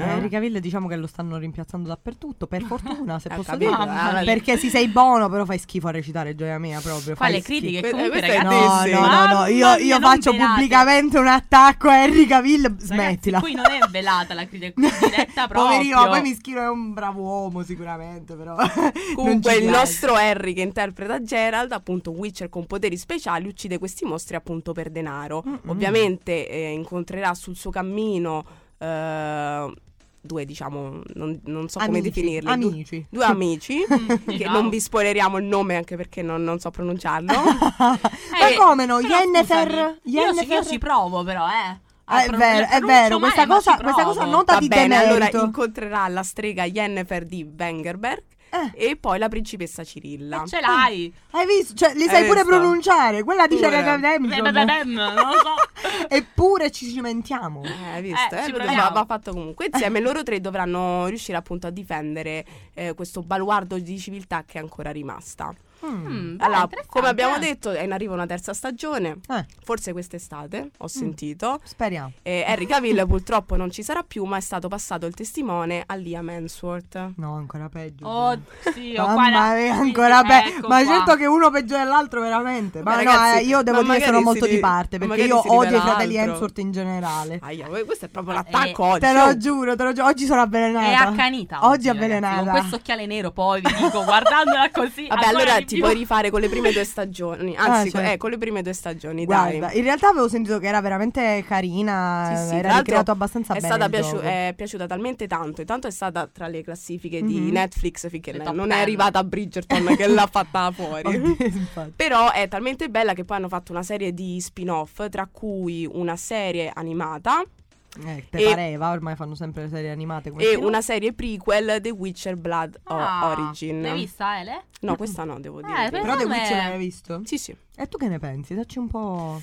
Speaker 4: Ah,
Speaker 8: eh.
Speaker 4: Henry
Speaker 3: Enrica Ville diciamo che lo stanno rimpiazzando dappertutto, per fortuna, se
Speaker 8: Eh,
Speaker 3: posso
Speaker 8: capito,
Speaker 3: dire.
Speaker 8: eh,
Speaker 3: Perché se sei buono, però fai schifo a recitare, gioia mia, proprio.
Speaker 4: Fa
Speaker 3: fai
Speaker 4: le
Speaker 3: schifo. Eh,
Speaker 4: critiche
Speaker 8: Que-
Speaker 4: comunque
Speaker 8: questa è
Speaker 4: ragazzi.
Speaker 3: No,
Speaker 8: Sì, sì.
Speaker 3: no, no, no, io,
Speaker 4: Eh,
Speaker 3: io
Speaker 4: Mamma mia, non
Speaker 3: faccio
Speaker 4: velate.
Speaker 3: pubblicamente un attacco a Henry Cavill,
Speaker 4: Ragazzi,
Speaker 3: smettila.
Speaker 4: qui non è velata la critica qui è diretta proprio.
Speaker 3: Poverino, ma poi mi scrive è un bravo uomo sicuramente, però. non
Speaker 8: Comunque
Speaker 3: ci
Speaker 8: il
Speaker 3: piace.
Speaker 8: nostro Harry che interpreta Gerald, appunto un Witcher con poteri speciali, uccide questi mostri appunto per denaro.
Speaker 3: Mm-mm.
Speaker 8: Ovviamente eh, incontrerà sul suo cammino eh, due, diciamo, non, non so come
Speaker 3: Amici,
Speaker 8: definirli. du-
Speaker 3: Amici.
Speaker 8: Due amici,
Speaker 4: Mm,
Speaker 8: che
Speaker 4: ciao.
Speaker 8: non vi spoileriamo il nome anche perché non, non so pronunciarlo.
Speaker 3: Ma
Speaker 4: Eh,
Speaker 3: come no?
Speaker 4: però
Speaker 3: Yennefer?
Speaker 4: scusami, Io, ci- io
Speaker 3: Yennefer?
Speaker 4: ci provo però, eh. a
Speaker 3: Ah, è
Speaker 4: pronun-
Speaker 3: vero,
Speaker 4: la
Speaker 3: è
Speaker 4: pronuncio
Speaker 3: vero,
Speaker 4: male,
Speaker 3: questa
Speaker 4: ma ci
Speaker 3: cosa, questa
Speaker 4: provo.
Speaker 3: cosa nota
Speaker 8: Va
Speaker 3: di
Speaker 8: bene, allora
Speaker 3: demerito.
Speaker 8: incontrerà la strega Yennefer di Wengerberg
Speaker 3: Eh.
Speaker 8: e poi la principessa Cirilla.
Speaker 4: Ma ce l'hai.
Speaker 3: Hai visto? Cioè, li
Speaker 4: Eh,
Speaker 8: Hai
Speaker 3: sai pure
Speaker 8: visto?
Speaker 3: pronunciare. Quella dice
Speaker 8: Pure.
Speaker 3: che è
Speaker 4: Beh, beh, beh, beh, non lo so.
Speaker 3: Eppure ci cimentiamo.
Speaker 8: Eh, hai visto?
Speaker 4: Eh,
Speaker 8: eh,
Speaker 4: ci
Speaker 8: però
Speaker 4: proviamo.
Speaker 8: va, va fatto comunque. Insieme loro tre dovranno riuscire appunto a difendere eh, questo baluardo di civiltà che è ancora rimasta.
Speaker 3: Mm.
Speaker 4: Mm, beh,
Speaker 8: Allora,
Speaker 4: interessante,
Speaker 8: come abbiamo
Speaker 4: eh.
Speaker 8: detto, è in arrivo una terza stagione.
Speaker 3: Eh,
Speaker 8: Forse quest'estate,
Speaker 4: Mm.
Speaker 8: ho sentito.
Speaker 3: speriamo.
Speaker 8: Eh, Harry Cavill purtroppo non ci sarà più, ma è stato passato il testimone a Liam Hemsworth.
Speaker 3: No, ancora peggio.
Speaker 4: Oddio,
Speaker 3: Mamma mia,
Speaker 4: guarda, quindi-
Speaker 3: ancora peggio.
Speaker 4: ecco
Speaker 3: ma
Speaker 4: qua.
Speaker 3: certo che uno peggiore dell'altro, veramente. Ma
Speaker 8: Beh,
Speaker 3: no,
Speaker 8: ragazzi,
Speaker 3: eh, io devo
Speaker 8: ma
Speaker 3: dire che
Speaker 8: magari
Speaker 3: sono
Speaker 8: si
Speaker 3: molto
Speaker 8: ri-
Speaker 3: di parte perché
Speaker 8: magari
Speaker 3: io
Speaker 8: si
Speaker 3: odio i
Speaker 8: rivela
Speaker 3: fratelli
Speaker 8: altro.
Speaker 3: Hemsworth in generale.
Speaker 8: Aia, questo è
Speaker 4: Eh,
Speaker 8: proprio l'attacco oggi.
Speaker 3: Te lo
Speaker 8: oh.
Speaker 3: giuro, te lo giuro. Oggi sono avvelenata.
Speaker 4: È accanita.
Speaker 3: Oggi,
Speaker 4: Oggi,
Speaker 3: è
Speaker 4: ragazzi,
Speaker 3: avvelenata.
Speaker 4: Con questo occhiale nero poi vi dico, guardandola così.
Speaker 8: Vabbè,
Speaker 4: ancora di
Speaker 8: allora
Speaker 4: più.
Speaker 8: ti
Speaker 4: certo.
Speaker 8: puoi rifare con le prime due stagioni. Anzi,
Speaker 3: Ah, cioè.
Speaker 8: co- eh, con le prime due stagioni, dai.
Speaker 3: Guarda, in realtà avevo sentito che era veramente carina.
Speaker 8: Sì, sì, tra
Speaker 3: era
Speaker 8: l'altro
Speaker 3: Eh, ricreato abbastanza
Speaker 8: è
Speaker 3: bene.
Speaker 8: stata
Speaker 3: il
Speaker 8: piaciu- eh,
Speaker 3: gioco.
Speaker 8: è piaciuta talmente tanto. Intanto è stata tra le classifiche
Speaker 3: Mhm.
Speaker 8: di Netflix finché
Speaker 4: Le
Speaker 8: ne-
Speaker 4: top
Speaker 8: non è
Speaker 4: ten.
Speaker 8: arrivata a Bridgerton che l'ha fatta
Speaker 3: Oddio,
Speaker 8: fuori.
Speaker 3: infatti.
Speaker 8: Però è talmente bella che poi hanno fatto una serie di spin-off, tra cui una serie animata
Speaker 3: Eh, te
Speaker 8: E-
Speaker 3: pareva, ormai fanno sempre le serie animate. come
Speaker 8: e
Speaker 3: film.
Speaker 8: una serie prequel The Witcher Blood O-
Speaker 4: Ah,
Speaker 8: Origin.
Speaker 4: L'hai vista, Ele?
Speaker 8: No, questa no,
Speaker 3: Ah,
Speaker 8: devo
Speaker 4: Eh,
Speaker 8: dire. la
Speaker 4: però-
Speaker 8: verità.
Speaker 3: Però The
Speaker 4: secondo me-
Speaker 3: Witcher l'hai visto?
Speaker 8: Sì, sì.
Speaker 3: E tu che ne pensi? Dacci un po'.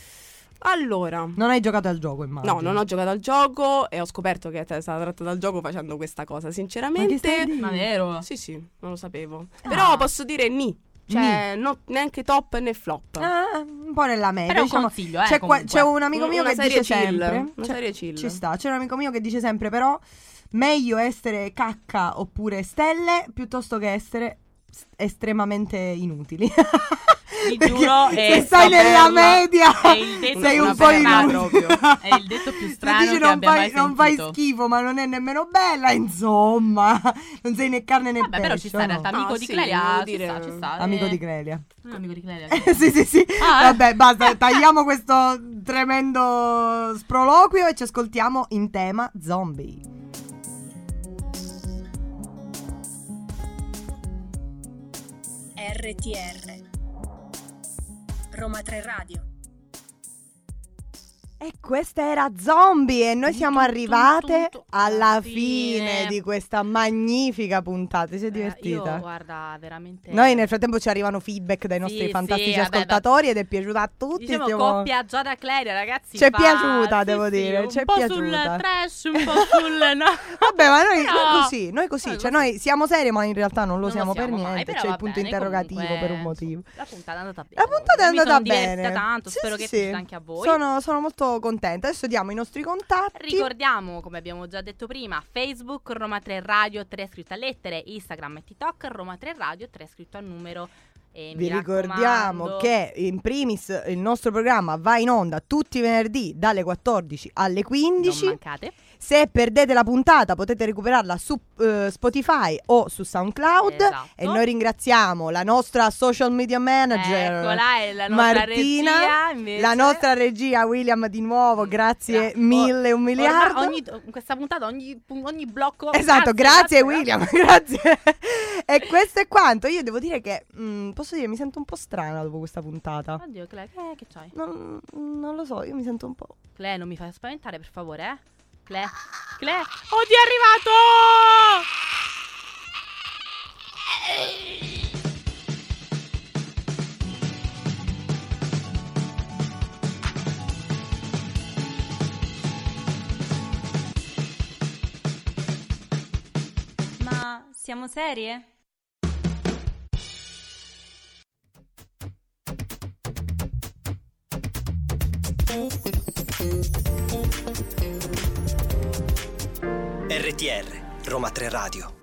Speaker 8: Allora,
Speaker 3: Non hai giocato al gioco, immagino.
Speaker 8: No, non ho giocato al gioco e ho scoperto che è stata tratta dal gioco facendo questa cosa,
Speaker 3: Ma che stai a
Speaker 8: sinceramente.
Speaker 3: dire?
Speaker 4: Ma vero?
Speaker 8: Sì, sì, non lo sapevo.
Speaker 4: Ah.
Speaker 8: Però posso dire ni, cioè no- neanche top né flop.
Speaker 3: Ah, un po' nella media.
Speaker 4: Era un
Speaker 3: diciamo.
Speaker 4: consiglio, eh,
Speaker 3: c'è, qua-
Speaker 4: comunque.
Speaker 3: c'è un amico
Speaker 8: Un-
Speaker 3: mio
Speaker 8: una
Speaker 3: che
Speaker 8: serie
Speaker 3: dice
Speaker 8: chill,
Speaker 3: sempre.
Speaker 8: una
Speaker 3: cioè,
Speaker 8: serie chill.
Speaker 3: Ci sta. C'è un amico mio che dice sempre, però, meglio essere cacca oppure stelle piuttosto che essere s- estremamente inutili.
Speaker 4: Ti
Speaker 3: Perché
Speaker 4: giuro, è
Speaker 3: se stai nella
Speaker 4: sta bella.
Speaker 3: media
Speaker 4: È il detto
Speaker 3: sei
Speaker 8: più
Speaker 3: un po'
Speaker 8: strano
Speaker 3: inutile.
Speaker 8: proprio.
Speaker 4: È il detto più
Speaker 3: Se
Speaker 4: strano
Speaker 3: dici
Speaker 4: che
Speaker 3: non
Speaker 4: abbia
Speaker 3: fai,
Speaker 4: mai
Speaker 3: non fai
Speaker 4: sentito.
Speaker 3: schifo, ma non è nemmeno bella, insomma. Non sei né carne né
Speaker 4: Vabbè,
Speaker 3: pesce.
Speaker 4: però ci sta
Speaker 3: o
Speaker 4: in realtà
Speaker 3: no?
Speaker 8: no?
Speaker 4: amico
Speaker 8: Ah,
Speaker 4: di
Speaker 8: sì,
Speaker 4: Clelia,
Speaker 8: devo
Speaker 4: ci
Speaker 8: dire-
Speaker 4: sta, ci sta.
Speaker 3: Amico
Speaker 4: eh.
Speaker 3: di Grelia.
Speaker 4: Non amico di Clelia.
Speaker 3: sì, sì, sì.
Speaker 4: Ah, eh.
Speaker 3: Vabbè, basta, tagliamo questo tremendo sproloquio e ci ascoltiamo in tema zombie.
Speaker 2: RTR Roma 3 Radio
Speaker 3: E questa era Zombie e noi siamo
Speaker 4: Tum, tum,
Speaker 3: arrivate
Speaker 4: tum, tum.
Speaker 3: alla
Speaker 4: Alla
Speaker 3: fine
Speaker 4: fine. Eh,
Speaker 3: di questa magnifica puntata. Ti sei
Speaker 4: Io,
Speaker 3: divertita?
Speaker 4: guarda, veramente...
Speaker 3: Noi nel frattempo ci arrivano feedback dai nostri
Speaker 4: Sì,
Speaker 3: fantastici
Speaker 4: sì, vabbè,
Speaker 3: ascoltatori ed è piaciuta a tutti.
Speaker 4: Diciamo
Speaker 3: stiamo-
Speaker 4: coppia Giada Clelia, ragazzi.
Speaker 3: Ci è
Speaker 4: fa-
Speaker 3: piaciuta,
Speaker 4: sì,
Speaker 3: devo
Speaker 4: sì,
Speaker 3: dire,
Speaker 4: Un
Speaker 3: ci è
Speaker 4: po'
Speaker 3: piaciuta.
Speaker 4: sul trash, un po' sul. No.
Speaker 3: Vabbè, ma noi,
Speaker 4: Però-
Speaker 3: noi così, noi così,
Speaker 4: Noi
Speaker 3: cioè noi siamo serie ma in realtà non lo
Speaker 4: Non
Speaker 3: siamo per
Speaker 4: siamo mai,
Speaker 3: niente,
Speaker 4: però
Speaker 3: c'è il
Speaker 4: va
Speaker 3: punto
Speaker 4: bene,
Speaker 3: interrogativo
Speaker 4: comunque,
Speaker 3: per un motivo.
Speaker 4: insomma, La puntata è andata bene.
Speaker 3: La puntata è
Speaker 4: Mi sono
Speaker 3: andata
Speaker 4: divertita
Speaker 3: bene.
Speaker 4: tanto,
Speaker 3: Sì,
Speaker 4: spero
Speaker 3: sì,
Speaker 4: che
Speaker 3: sì.
Speaker 4: sia anche a voi.
Speaker 3: Sono, sono molto contenta. Adesso diamo i nostri contatti.
Speaker 4: Ricordiamo, come abbiamo già detto prima, Facebook Roma 3 Radio 3 scritto a lettere, Instagram e TikTok Roma 3 Radio 3 scritto a numero. E mi
Speaker 3: Vi ricordiamo
Speaker 4: raccomando-
Speaker 3: che in primis il nostro programma va in onda tutti i venerdì dalle 14 alle
Speaker 4: non
Speaker 3: 15.
Speaker 4: mancate.
Speaker 3: Se perdete la puntata potete recuperarla su eh, Spotify o su SoundCloud.
Speaker 4: Esatto.
Speaker 3: E noi ringraziamo la nostra social media manager.
Speaker 4: Eccola, è Ecco, la nostra
Speaker 3: Martina,
Speaker 4: regia, invece. Mm,
Speaker 3: La nostra regia William di nuovo, grazie
Speaker 4: Gra-
Speaker 3: mille, un
Speaker 4: Ormai
Speaker 3: miliardo.
Speaker 4: ogni- in questa puntata ogni, ogni blocco.
Speaker 3: Esatto, grazie, William, grazie. e questo è quanto. Io devo dire che, mm, posso dire, mi sento un po' strana dopo questa puntata.
Speaker 4: Oddio, Cle, che, che c'hai?
Speaker 3: Non, non lo so, io mi sento un po'...
Speaker 4: Cle, non mi fai spaventare, per favore, eh? Cle, Cle, oddio, è arrivato!
Speaker 2: Siamo serie?
Speaker 1: RTR Roma 3 Radio.